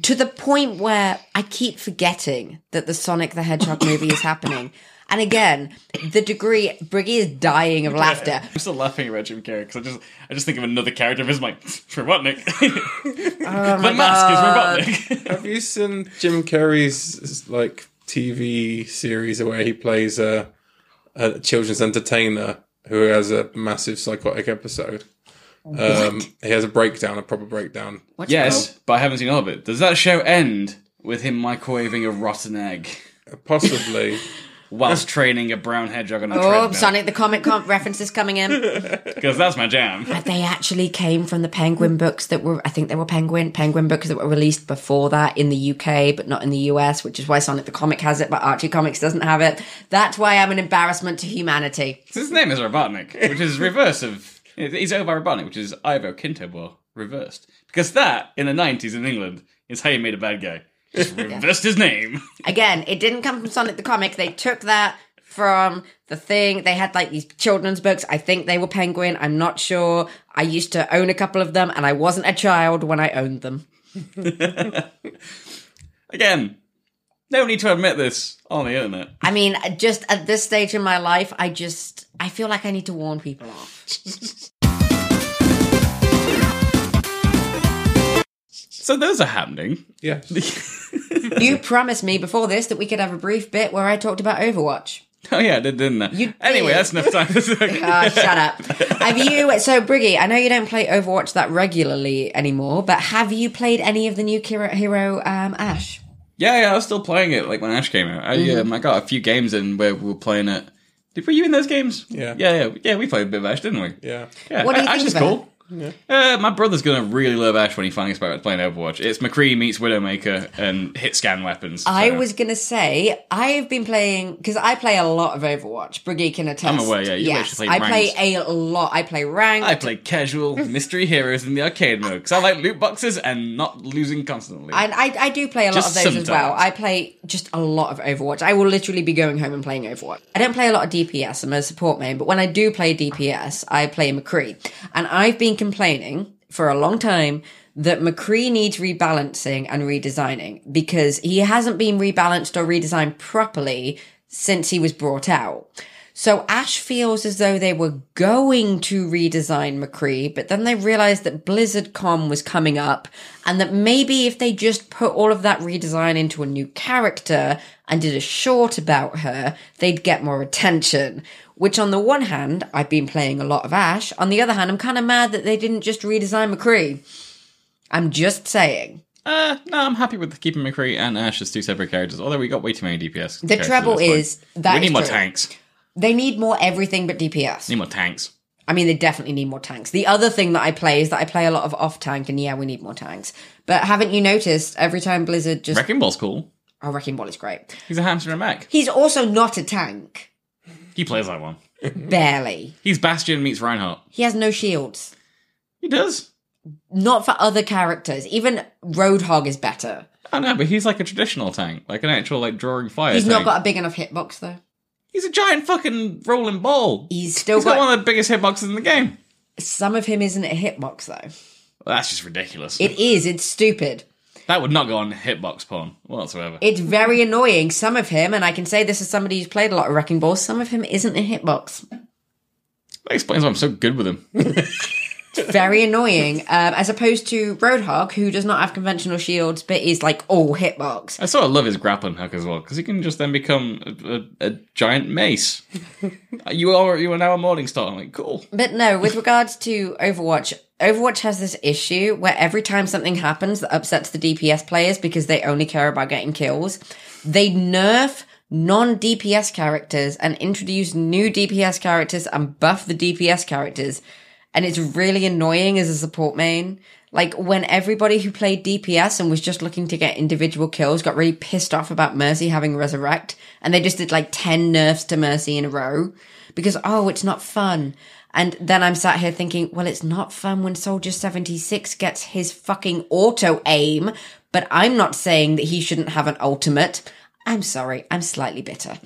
to the point where I keep forgetting that the Sonic the Hedgehog movie is happening. And again, the degree Briggy is dying of laughter. I'm still laughing about Jim Carrey because I just I just think of another character of his like Robotnik. the mask is Robotnik. Have you seen Jim Carrey's like TV series where he plays a, a children's entertainer who has a massive psychotic episode? Um, he has a breakdown, a proper breakdown. What's it called? yes, but I haven't seen all of it. Does that show end with him microwaving a rotten egg Possibly, whilst training a brown hedgehog on a Oh, treadmill? Sonic the Comic Con references coming in. Because that's my jam. But they actually came from the Penguin books that were, I think they were Penguin Penguin books that were released before that in the UK, but not in the US, which is why Sonic the Comic has it, but Archie Comics doesn't have it. That's why I'm an embarrassment to humanity. His name is Robotnik, which is reverse of. He's over by Robotnik, which is Ivo Kintobor reversed. Because that, in the 90s in England, is how you made a bad guy. Just reversed his name. Again, it didn't come from Sonic the Comic. They took that from the thing. They had like these children's books. I think they were Penguin. I'm not sure. I used to own a couple of them and I wasn't a child when I owned them. Again, no need to admit this on the internet. I mean, just at this stage in my life, I just, I feel like I need to warn people off. So those are happening. yeah. You promised me before this that we could have a brief bit where I talked about Overwatch. Oh yeah, I did, didn't I? You Anyway, did. that's enough time. Oh, shut up. Have you, so Briggy, I know you don't play Overwatch that regularly anymore, but have you played any of the new Kira- hero, um, Ash? yeah, yeah, I was still playing it like when Ash came out. I, Mm-hmm. um, I got a few games in where we were playing it. Did, were you in those games? Yeah. yeah, yeah, yeah. We played a bit of Ash, didn't we? Yeah. Yeah, What do you A- Ash think is about cool. Uh, my brother's gonna really love Ash when he finally starts playing Overwatch. It's McCree meets Widowmaker and hit scan weapons. I so- was gonna say I've been playing because I play a lot of Overwatch. Briggy can attest. I'm aware, yeah, you yes, actually play I ranked. play a lot. I play ranked. I play casual mystery heroes in the arcade mode because I like loot boxes and not losing constantly. and I, I do play a lot Just of those as sometimes. well. I play just a lot of Overwatch. I will literally be going home and playing Overwatch. I don't play a lot of DPS. I'm a support main, but when I do play DPS, I play McCree. And I've been complaining for a long time that McCree needs rebalancing and redesigning because he hasn't been rebalanced or redesigned properly since he was brought out. So Ash feels as though they were going to redesign McCree, but then they realized that BlizzardCon was coming up and that maybe if they just put all of that redesign into a new character and did a short about her, they'd get more attention. Which on the one hand, I've been playing a lot of Ash. On the other hand, I'm kind of mad that they didn't just redesign McCree. I'm just saying. uh, no, I'm happy with keeping McCree and Ash as two separate characters. Although we got way too many DPS. The trouble is that we need is more true. tanks. They need more everything but DPS. Need more tanks. I mean, they definitely need more tanks. The other thing that I play is that I play a lot of off tank, and yeah, we need more tanks. But haven't you noticed every time Blizzard just. Wrecking Ball's cool. oh, Wrecking Ball is great. He's a hamster in a mech. He's also not a tank. He plays like one. Mm-hmm. Barely. He's Bastion meets Reinhardt. He has no shields. He does. Not for other characters. Even Roadhog is better. I know, but he's like a traditional tank, like an actual like drawing fire. He's not tank. got a big enough hitbox, though. He's a giant fucking rolling ball. He's still He's got. got one of the biggest hitboxes in the game. Some of him isn't a hitbox, though. Well, that's just ridiculous. It is. It's stupid. that would not go on hitbox porn whatsoever. It's very annoying. Some of him, and I can say this as somebody who's played a lot of Wrecking Ball, some of him isn't a hitbox. that explains why I'm so good with him. very annoying. Um, as opposed to Roadhog, who does not have conventional shields but is like all hitbox. I sort of love his grappling hook as well because he can just then become a, a, a giant mace. you are you are now a morning star. I'm like cool. But no, with regards to Overwatch, Overwatch has this issue where every time something happens that upsets the DPS players because they only care about getting kills, they nerf non DPS characters and introduce new DPS characters and buff the DPS characters. And it's really annoying as a support main. Like when everybody who played DPS and was just looking to get individual kills got really pissed off about Mercy having resurrect and they just did like 10 nerfs to Mercy in a row because, oh, it's not fun. And then I'm sat here thinking, well, it's not fun when Soldier 76 gets his fucking auto aim, but I'm not saying that he shouldn't have an ultimate. I'm sorry, I'm slightly bitter.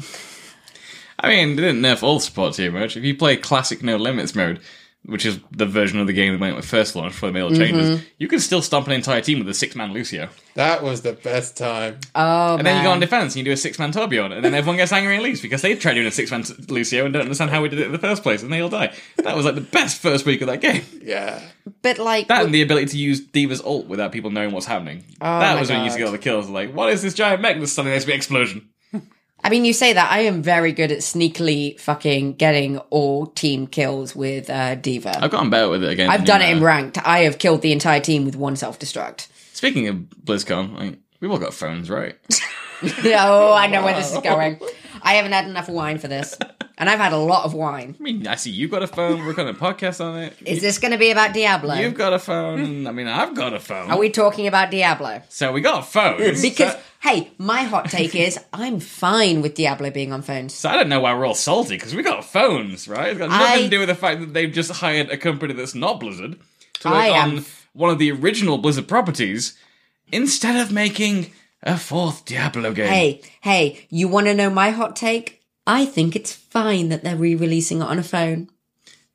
I mean, they didn't nerf all support too much. If you play classic no limits mode, which is the version of the game they made when it first launched before they made all the Mm-hmm. changes, you can still stomp an entire team with a six man Lucio. That was the best time. Oh, And then you go on defense and you do a six man Torbjorn, and then everyone gets angry and leaves because they tried doing a six man Lucio and don't understand how we did it in the first place, and they all die. That was like the best first week of that game. Yeah. but like That and the ability to use Diva's ult without people knowing what's happening. Oh my that was when you used to God. get all the kills. Like, what is this giant mech that's suddenly next to an explosion? I mean, you say that I am very good at sneakily fucking getting all team kills with uh, Diva. I've gotten better with it again. I've done it in ranked. I have killed the entire team with one self destruct. Speaking of BlizzCon, like, we've all got phones, right? oh, I know where this is going. I haven't had enough wine for this, and I've had a lot of wine. I mean, I see you got a phone. We're recording a podcast on it. Is this going to be about Diablo? You've got a phone. I mean, I've got a phone. Are we talking about Diablo? so we got phones. Because hey, my hot take is I'm fine with Diablo being on phones. so I don't know why we're all salty because we got phones, right? It's got nothing I- to do with the fact that they've just hired a company that's not Blizzard to work I am- on one of the original Blizzard properties instead of making a fourth Diablo game. Hey, hey, you want to know my hot take? I think it's fine that they're re-releasing it on a phone.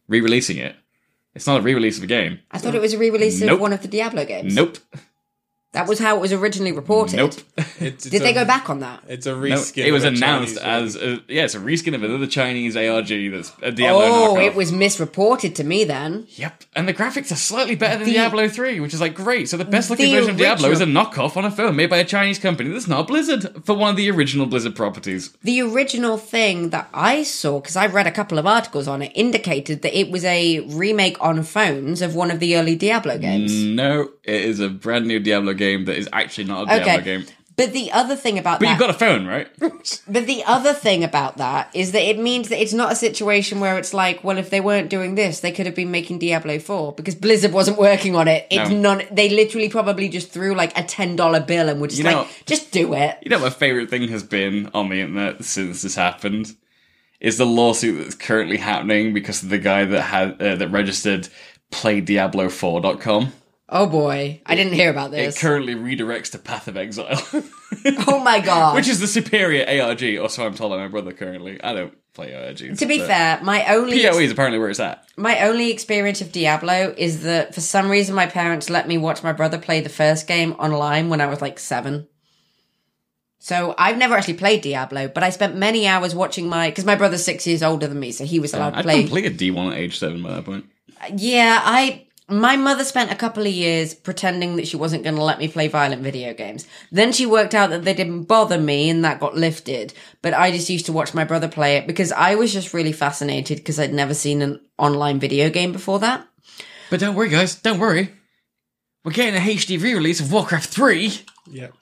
Re-releasing it. It's not a re-release of a game. I thought it was a re-release Nope. of one of the Diablo games. Nope. That was how it was originally reported. Nope. It's, Did they go back on that? It's a No, reskin. it was of a announced Chinese as a, yeah, it's a reskin of another Chinese ARG that's a Diablo Oh, knockoff. it was misreported to me then. Yep, and the graphics are slightly better than The- Diablo 3, which is like great. So the best looking The version of Diablo is a original- knockoff on a phone made by a Chinese company that's not Blizzard for one of the original Blizzard properties. The original thing that I saw, because I read a couple of articles on it, indicated that it was a remake on phones of one of the early Diablo games. No, it is a brand new Diablo game that is actually not a Diablo okay. game. But the other thing about But that, you've got a phone, right? but the other thing about that is that it means that it's not a situation where it's like, well, if they weren't doing this, they could have been making Diablo Four because Blizzard wasn't working on it. It's No. not. They literally probably just threw like a ten dollar bill and were just You like, know- just do it. You know, what my favorite thing has been on the internet since this happened is the lawsuit that's currently happening because of the guy that had uh, that registered playdiablo4.com. Oh boy, I didn't hear about It this. currently redirects to Path of Exile. oh my god. Which is the superior ARG, or so I'm told by my brother currently. I don't play ARGs. to be but fair, my only PoE E is apparently where it's at. My only experience of Diablo is that for some reason my parents let me watch my brother play the first game online when I was like seven. So I've never actually played Diablo, but I spent many hours watching my because my brother's six years older than me, so he was allowed I to play. completed D1 at age 7 by that point. yeah, I my mother spent a couple of years pretending that she wasn't going to let me play violent video games. Then she worked out that they didn't bother me, and that got lifted. But I just used to watch my brother play it because I was just really fascinated because I'd never seen an online video game before that. But don't worry, guys, don't worry. We're getting a HD re release of Warcraft 3. version. Yep.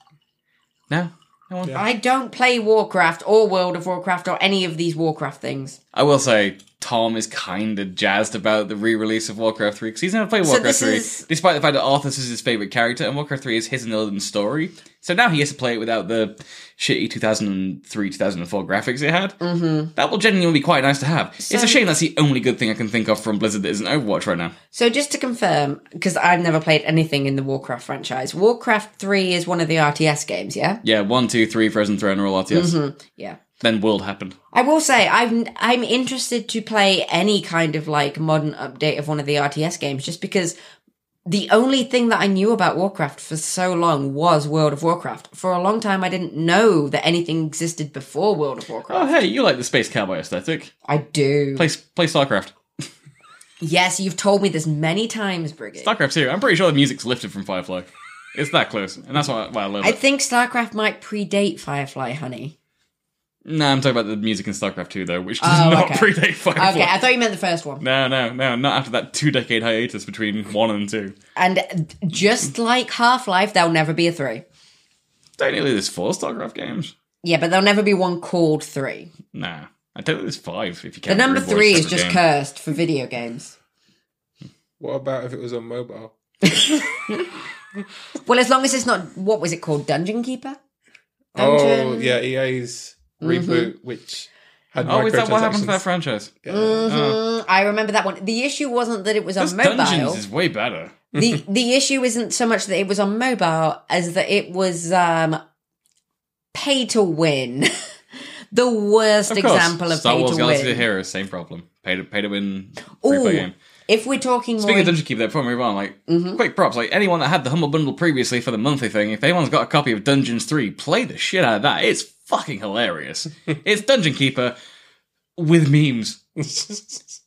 No? No one? I don't play Warcraft or World of Warcraft or any of these Warcraft things. I will say, Tom is kind of jazzed about the re release of Warcraft 3 because he's never played Warcraft this 3, is- despite the fact that Arthas is his favourite character and Warcraft 3 is his and Illidan's story. So now he has to play it without the shitty 2003 2004 graphics it had. Mm-hmm. That will genuinely be quite nice to have. it's a shame that's the only good thing I can think of from Blizzard that isn't Overwatch right now. So just to confirm, because I've never played anything in the Warcraft franchise, Warcraft 3 is one of the RTS games, yeah? Yeah, 1, 2, 3, Frozen Throne are all Mm-hmm. RTS. Yeah. Then World happened. I will say I'm I'm interested to play any kind of like modern update of one of the RTS games just because the only thing that I knew about Warcraft for so long was World of Warcraft. For a long time I didn't know that anything existed before World of Warcraft. Oh, hey, you like the space cowboy aesthetic. I do. Play, play StarCraft. yes, you've told me this many times, Brigid. StarCraft 2, I'm pretty sure the music's lifted from Firefly. It's that close, and that's why, why I love it. I think StarCraft might predate Firefly, honey. No, I'm talking about the music in StarCraft 2, though, which does Oh, not okay. predate Firefly. Okay, I thought you meant the first one. No, no, no, not after that two decade hiatus between 1 and 2. And just like Half Life, there'll never be a three. Technically, there's four StarCraft games. Yeah, but there'll never be one called three. Nah. I don't think there's five if you The count. number Brood War three as is a just game. cursed for video games. What about if it was on mobile? Well, as long as it's not what was it called, Dungeon Keeper? Oh, Dungeon- Mm-hmm. yeah, EA's reboot, which had Oh, is that what happened to that microtransactions. franchise? Mm, I remember that one. The issue wasn't that it was This on mobile. Dungeons is way better. the The issue isn't so much that it was on mobile as that it was um, pay to win. the worst Of course. example of Star pay Wars to Galaxy win. of Heroes, same problem. Pay to, pay to win, free Ooh, play game. If we're talking Speaking more of Dungeon Keeper, though, before we move on, like, Mm-hmm. quick props. Like, anyone that had the Humble Bundle previously for the monthly thing, if anyone's got a copy of Dungeons 3, play the shit out of that. It's fucking hilarious. it's Dungeon Keeper with memes.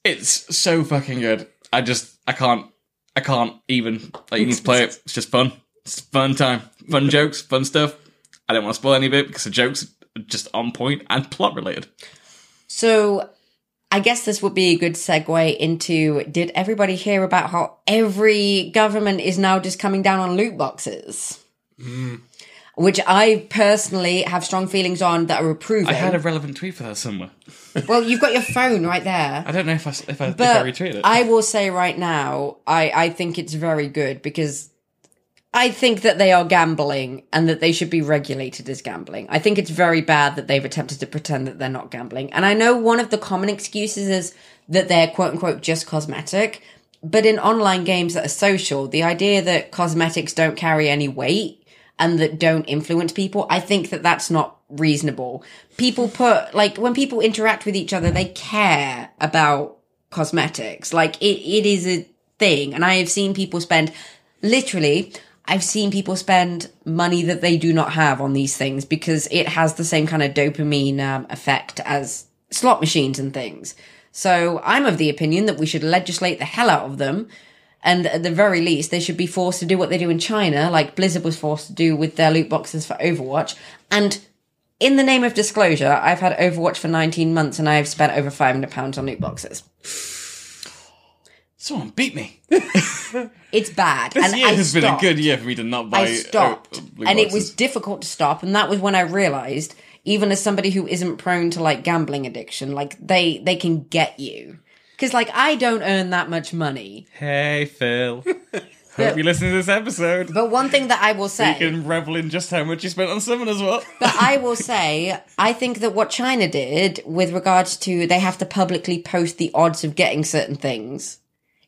It's so fucking good. I just, I can't, I can't even. Like, you need to play it. It's just fun. It's fun time. Fun jokes, fun stuff. I don't want to spoil any of it because the jokes are just on point and plot related. So I guess this would be a good segue into did everybody hear about how every government is now just coming down on loot boxes? Mm. Which I personally have strong feelings on that are approving. I had a relevant tweet for that somewhere. well, you've got your phone right there. I don't know if I, if I, if I But retweeted it. I will say right now, I, I think it's very good because I think that they are gambling and that they should be regulated as gambling. I think it's very bad that they've attempted to pretend that they're not gambling. And I know one of the common excuses is that they're quote unquote just cosmetic. But in online games that are social, the idea that cosmetics don't carry any weight and that don't influence people, I think that that's not reasonable. People put, like, when people interact with each other, they care about cosmetics. Like, it, it is a thing. And I have seen people spend literally, I've seen people spend money that they do not have on these things because it has the same kind of dopamine um, effect as slot machines and things. So I'm of the opinion that we should legislate the hell out of them. And at the very least, they should be forced to do what they do in China, like Blizzard was forced to do with their loot boxes for Overwatch. And in the name of disclosure, I've had Overwatch for 19 months and I've spent over £500 on loot boxes. Someone beat me. It's bad. This and year I has been a stopped. good year for me to not buy. I stopped, uh, blue and it boxes. was difficult to stop, and that was when I realized, even as somebody who isn't prone to like gambling addiction, like they they can get you because like I don't earn that much money. Hey Phil, hope you listen to this episode. But one thing that I will you say, can revel in just how much you spent on summoners. What? but I will say, I think that what China did with regards to they have to publicly post the odds of getting certain things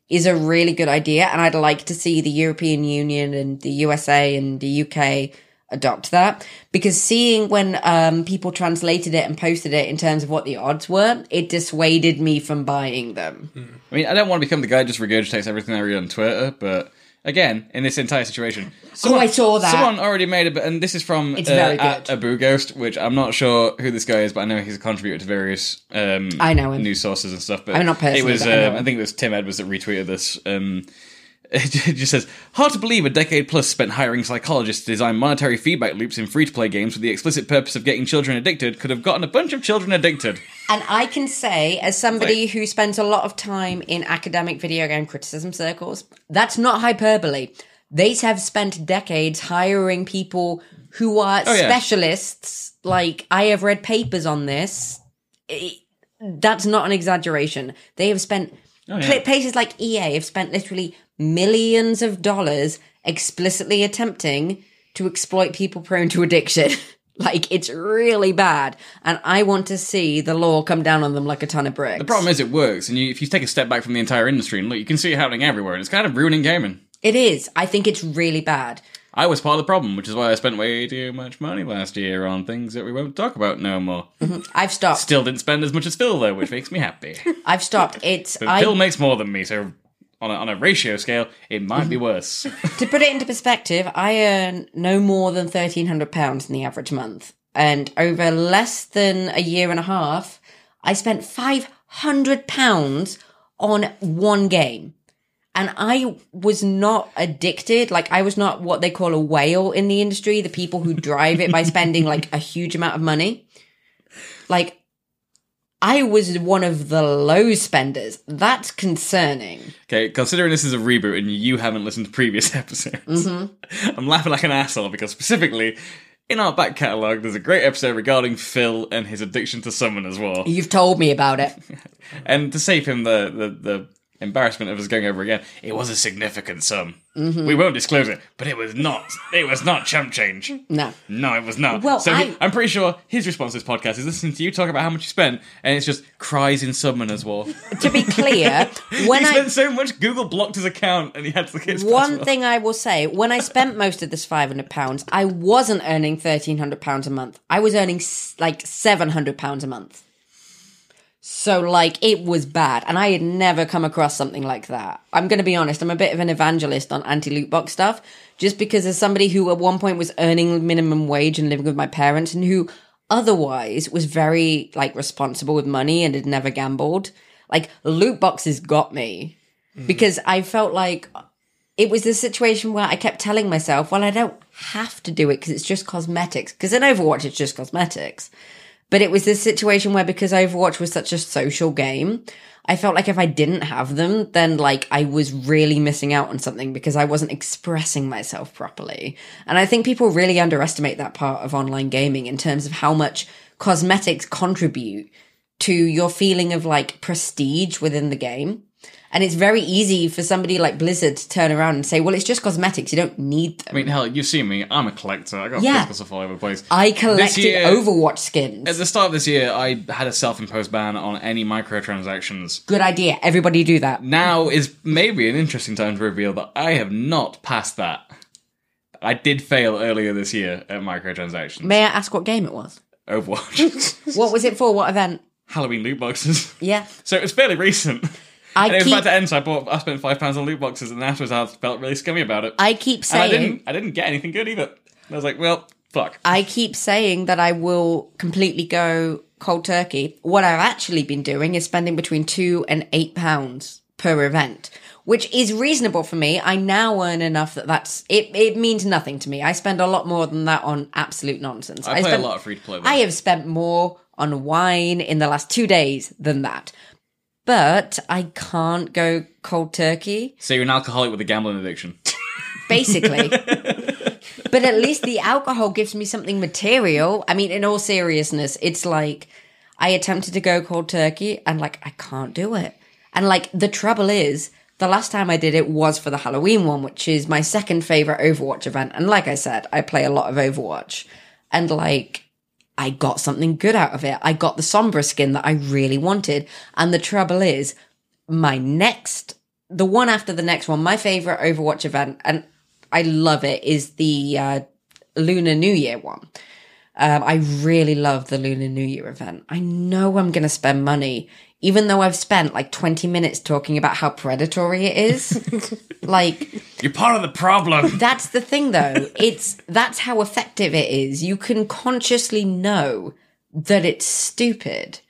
is a really good idea. And I'd like to see the European Union and the USA and the UK adopt that because seeing when um, people translated it and posted it in terms of what the odds were, it dissuaded me from buying them. I mean, I don't want to become the guy who just regurgitates everything I read on Twitter, but again, in this entire situation, someone, Oh, I saw that. Someone already made a, and this is from uh, It's very at good. Abu Ghost, which I'm not sure who this guy is, but I know he's a contributor to various um, I know him. news sources and stuff. But I'm not It personally, was, but I know um, I him. think it was Tim Edwards that retweeted this. Um, it just says, hard to believe a decade plus spent hiring psychologists to design monetary feedback loops in free to play games with the explicit purpose of getting children addicted could have gotten a bunch of children addicted. And I can say, as somebody Wait. who spends a lot of time in academic video game criticism circles, that's not hyperbole. They have spent decades hiring people who are Oh, yeah. specialists. Like, I have read papers on this. I- that's not an exaggeration. They have spent, Oh, pla- places like EA have spent literally millions of dollars explicitly attempting to exploit people prone to addiction. like, it's really bad. And I want to see the law come down on them like a ton of bricks. The problem is it works, and you, if you take a step back from the entire industry and look, you can see it happening everywhere, and it's kind of ruining gaming. It is. I think it's really bad. I was part of the problem, which is why I spent way too much money last year on things that we won't talk about no more. I've stopped. Still didn't spend as much as Phil though, which makes me happy. I've stopped. It's But I Phil makes more than me, so on a, on a ratio scale, it might be worse. to put it into perspective, I earn no more than thirteen hundred pounds in the average month, and over less than a year and a half, I spent five hundred pounds on one game, and I was not addicted. Like I was not what they call a whale in the industry, the people who drive it by spending like a huge amount of money. Like I was one of the low spenders. That's concerning. Okay, considering this is a reboot and you haven't listened to previous episodes, I'm laughing like an asshole because specifically in our back catalogue, there's a great episode regarding Phil and his addiction to Summoner's War. You've told me about it. And to save him the, the, the embarrassment of us going over again, it was a significant sum. Mm-hmm. We won't disclose it, but it was not. It was not chump change. No. No, it was not. Well, so he- I- I'm pretty sure his response to this podcast is listening to you talk about how much you spent, and it's just cries in Summoner's War. to be clear, when he I spent so much, Google blocked his account, and he had to get his one password. thing I will say, when I spent most of this five hundred pounds, I wasn't earning thirteen hundred pounds a month. I was earning s- like seven hundred pounds a month. So like it was bad, and I had never come across something like that. I'm going to be honest; I'm a bit of an evangelist on anti loot box stuff, just because as somebody who at one point was earning minimum wage and living with my parents, and who otherwise was very like responsible with money and had never gambled, like loot boxes got me because I felt like it was this situation where I kept telling myself, well, I don't have to do it because it's just cosmetics. Because in Overwatch, it's just cosmetics. But it was this situation where because Overwatch was such a social game, I felt like if I didn't have them, then like I was really missing out on something because I wasn't expressing myself properly. And I think people really underestimate that part of online gaming in terms of how much cosmetics contribute to your feeling of like prestige within the game. And it's very easy for somebody like Blizzard to turn around and say, well, it's just cosmetics. You don't need I them. mean, hell, you've seen me. I'm a collector. I got Yeah. physical stuff all over the place. I collected year- Overwatch skins. At the start of this year, I had a self-imposed ban on any microtransactions. Good idea. Everybody do that. Now is maybe an interesting time to reveal that I have not passed that. I did fail earlier this year at microtransactions. May I ask what game it was? Overwatch. What was it for? What event? Halloween loot boxes. Yeah. So it was fairly recent. I uh, and it was keep- about to end, so I bought. I spent five pounds on loot boxes, and afterwards I felt really scummy about it. I keep and I saying I, didn't. I didn't get anything good either. And I was like, well, fuck. keep saying that I will completely go cold turkey. What I've actually been doing is spending between 2 and 8 pounds per event, which is reasonable for me. I now earn enough that that's it it means nothing to me. I spend a lot more than that on absolute nonsense. I, play spend, a lot of free to play. I have spent more on wine in the last 2 days than that. But I can't go cold turkey. So you're an alcoholic with a gambling addiction. basically. but at least the alcohol gives me something material. I mean, in all seriousness, it's like I attempted to go cold turkey and like I can't do it. And like the trouble is, the last time I did it was for the Halloween one, which is my second favorite Overwatch event. And like I said, I play a lot of Overwatch. And like I got something good out of it. I got the Sombra skin that I really wanted. And the trouble is, my next the one after the next one, my favorite Overwatch event, and I love it, is the uh, Lunar New Year one. Um, I really love the Lunar New Year event. I know I'm going to spend money, even though I've spent like 20 minutes talking about how predatory it is. like, You're part of the problem. that's the thing though. It's that's how effective it is. You can consciously know that it's stupid.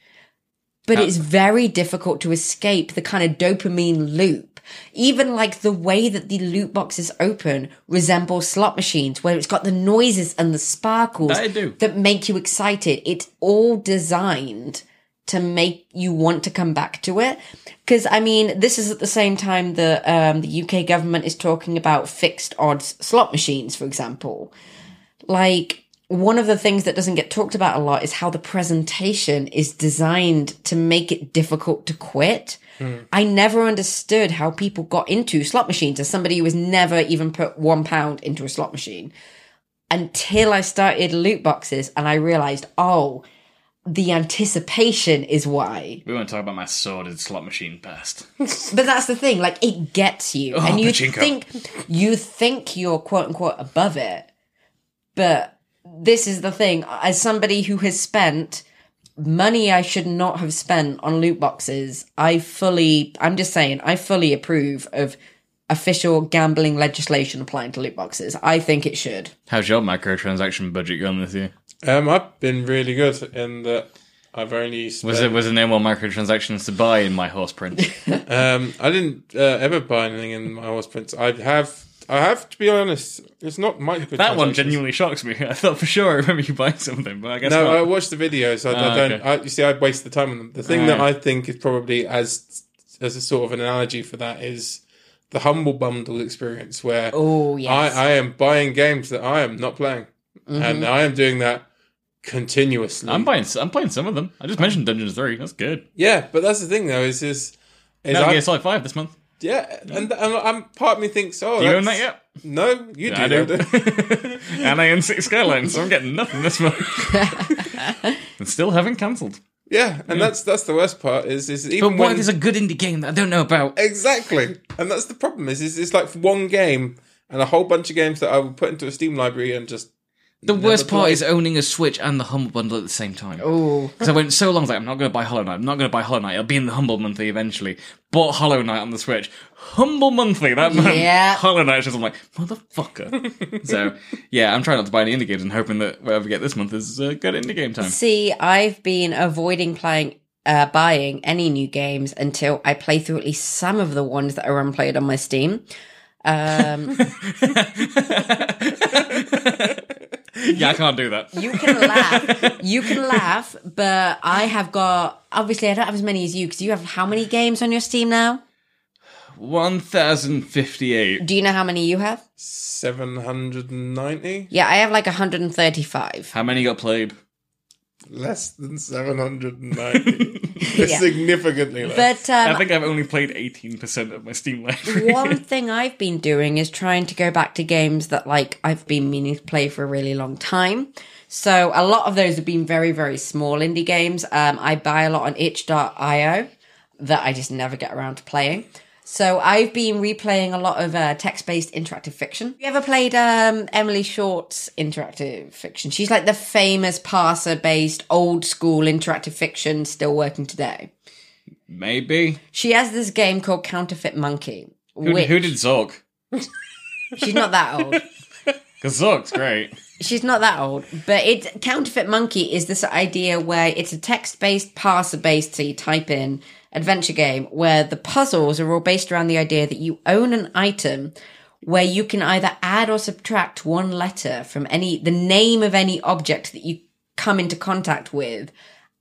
But it's very difficult to escape the kind of dopamine loop. Even like the way that the loot boxes open resemble slot machines where it's got the noises and the sparkles They do. that make you excited. It's all designed to make you want to come back to it. Because I mean, this is at the same time that um, the UK government is talking about fixed odds slot machines, for example. Like one of the things that doesn't get talked about a lot is how the presentation is designed to make it difficult to quit. I never understood how people got into slot machines as somebody who has never even put one pound into a slot machine until I started loot boxes and I realized, oh, the anticipation is why. we want to talk about my sordid slot machine past. But that's the thing, like it gets you, Oh, and you pachinko. think you think you're quote unquote above it, but this is the thing. As somebody who has spent money I should not have spent on loot boxes, I fully, I'm just saying, I fully approve of official gambling legislation applying to loot boxes. I think it should. How's your microtransaction budget going this year? Mm. Um, I've been really good in that I've only spent, Was there was there no more microtransactions to buy in my horse print? um, I didn't uh, ever buy anything in my horse prints. I have, I have to be honest. It's not micro. that one genuinely shocks me. I thought for sure I remember you buying something, but I guess No, not. I watched the videos. I, Ah, I don't. okay. I, you see, I waste the time on them. The thing Ah, that yeah. I think is probably as as a sort of an analogy for that is the humble bundle experience, where Oh, yes. I, I am buying games that I am not playing, Mm-hmm. and I am doing that continuously. I'm buying. I'm playing some of them. I just mentioned Dungeons Three. That's good. yeah, but that's the thing though. Is is, is Metal I- Gear Solid Five this month. yeah, and, and I'm part of me thinks, oh, Do you own that that's- yet? No, you I do. do. though, and I own Six Skylines, so I'm getting nothing this month. and still haven't cancelled. yeah, and that's that's the worst part. Is is But even when what is a good indie game that I don't know about? Exactly, and that's the problem. Is is it's like one game and a whole bunch of games that I would put into a Steam library and just The Never worst part played. is owning a Switch and the Humble Bundle at the same time. Ooh. Because I went so long, I was like, I'm not going to buy Hollow Knight. I'm not going to buy Hollow Knight. It'll be in the Humble Monthly eventually. Bought Hollow Knight on the Switch. Humble Monthly that month. Yeah. Hollow Knight. Just I'm like, motherfucker. so yeah, I'm trying not to buy any indie games and hoping that whatever we get this month is uh, good indie game time. See, I've been avoiding playing, uh, buying any new games until I play through at least some of the ones that are unplayed on my Steam. Um, yeah, I can't do that. you can laugh, you can laugh, but I have got obviously I don't have as many as you because you have how many games on your Steam now? 1058. Do you know how many you have? 790? Yeah, I have like 135. How many got played? Less than 790. Yeah. Significantly less. But um, I think I've only played 18% of my Steam library. one thing I've been doing is trying to go back to games that like I've been meaning to play for a really long time. So a lot of those have been very very small indie games. Um, I buy a lot on itch.io that I just never get around to playing. So I've been replaying a lot of uh, text-based interactive fiction. Have you ever played um, Emily Short's interactive fiction? She's like the famous parser-based old school interactive fiction still working today. Maybe. She has this game called Counterfeit Monkey. Who, which- who did Zork? She's not that old. Because Zork's great. She's not that old. But it counterfeit monkey is this idea where it's a text based, parser based, so you type in adventure game where the puzzles are all based around the idea that you own an item where you can either add or subtract one letter from any the name of any object that you come into contact with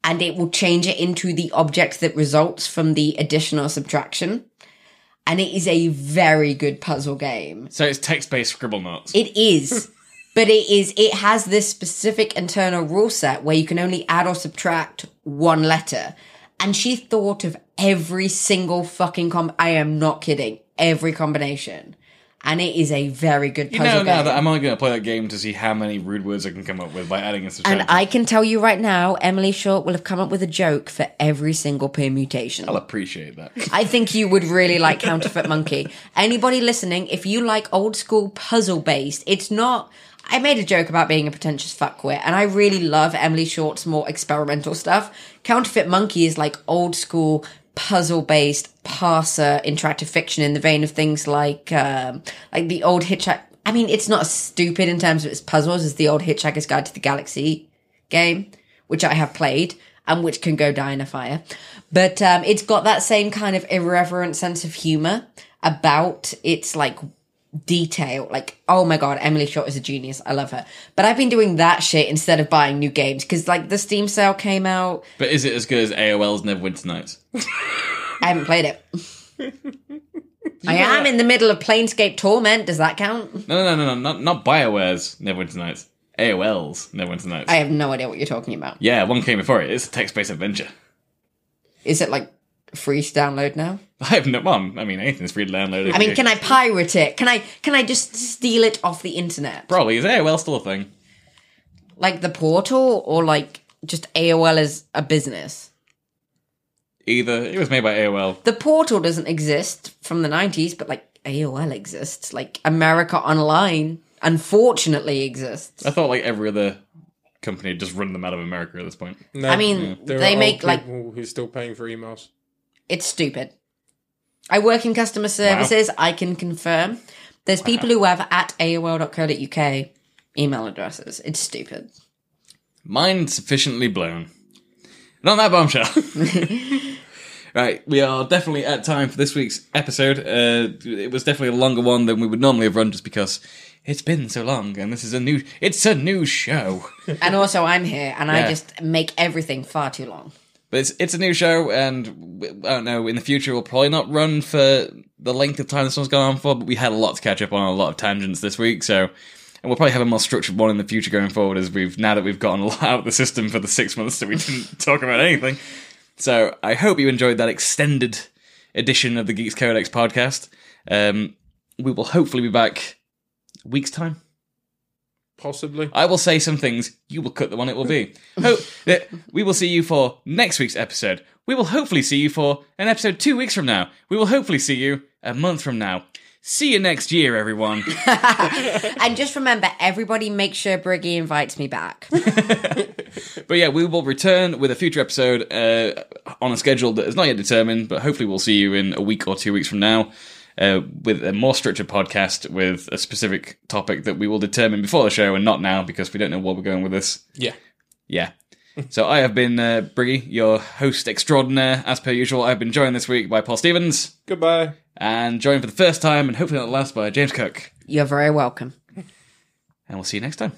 and it will change it into the object that results from the addition or subtraction and it is a very good puzzle game So it's text based scribble notes. it is. But it is it has this specific internal rule set where you can only add or subtract one letter. And she thought of every single fucking com I am not kidding. Every combination. And it is a very good you puzzle know, now game. that I'm only going to play that game to see how many rude words I can come up with by adding a subtraction. and I can tell you right now, Emily Short will have come up with a joke for every single permutation. will appreciate that. I think you would really like Counterfeit Monkey. Anybody listening, if you like old school puzzle based, it's not. I made a joke about being a pretentious fuckwit, and I really love Emily Short's more experimental stuff. Counterfeit Monkey is like old school puzzle based parser interactive fiction in the vein of things like um, like the old Hitchhike. I mean, it's not as stupid in terms of its puzzles as the old Hitchhiker's Guide to the Galaxy game, which I have played and which can go die in a fire. But um, it's got that same kind of irreverent sense of humor about its like detail. Like, oh my god, Emily Short is a genius. I love her. But I've been doing that shit instead of buying new games because like the Steam sale came out. But is it as good as AOL's Neverwinter Nights? I haven't played it. I am in the middle of Planescape Torment. Does that count? No, no, no, no, not, not BioWare's Neverwinter Nights. AOL's Neverwinter Nights. I have no idea what you're talking about. yeah, one came before it. It's a text based adventure. Is it like free to download now? I have no. Well, I mean, anything's free to download. I mean, can I pirate it? Can I can I just steal it off the internet? Probably. Is AOL still a thing? like the portal or like just AOL as a business? Either. It was made by AOL. The portal doesn't exist from the 90s, but like AOL exists. Like America Online, unfortunately, exists. I thought like every other company had just run them out of America at this point. No, I mean, there they are make, old like- people who's still paying for emails. It's stupid. I work in customer services. I can confirm. There's people who have at AOL.co.uk email addresses. It's stupid. Mind sufficiently blown. Not that bombshell. right, we are definitely at time for this week's episode. Uh, it was definitely a longer one than we would normally have run just because it's been so long and this is a new it's a new show. And also, I'm here and Yeah. I just make everything far too long. But it's it's a new show, and w I don't know. In the future, we'll probably not run for the length of time this one's gone on for. But we had a lot to catch up on, a lot of tangents this week, so and we'll probably have a more structured one in the future going forward. As we've now that we've gotten a lot out of the system for the six months that we didn't talk about anything. So I hope you enjoyed that extended edition of the Geeks Codex podcast. Um, we will hopefully be back a week's time. Possibly. I will say some things. You will cut the one it will be. Hope that we will see you for next week's episode. We will hopefully see you for an episode two weeks from now. We will hopefully see you a month from now. See you next year, everyone. And just remember, everybody make sure Briggy invites me back. But yeah, we will return with a future episode uh, on a schedule that is not yet determined, but hopefully we'll see you in a week or two weeks from now uh, with a more structured podcast with a specific topic that we will determine before the show and not now because we don't know where we're going with this. Yeah. Yeah. so I have been uh, Briggy, your host extraordinaire, as per usual. I've been joined this week by Paul Stevens Goodbye. and joined for the first time and hopefully not the last by James Cook. You're very welcome. And we'll see you next time.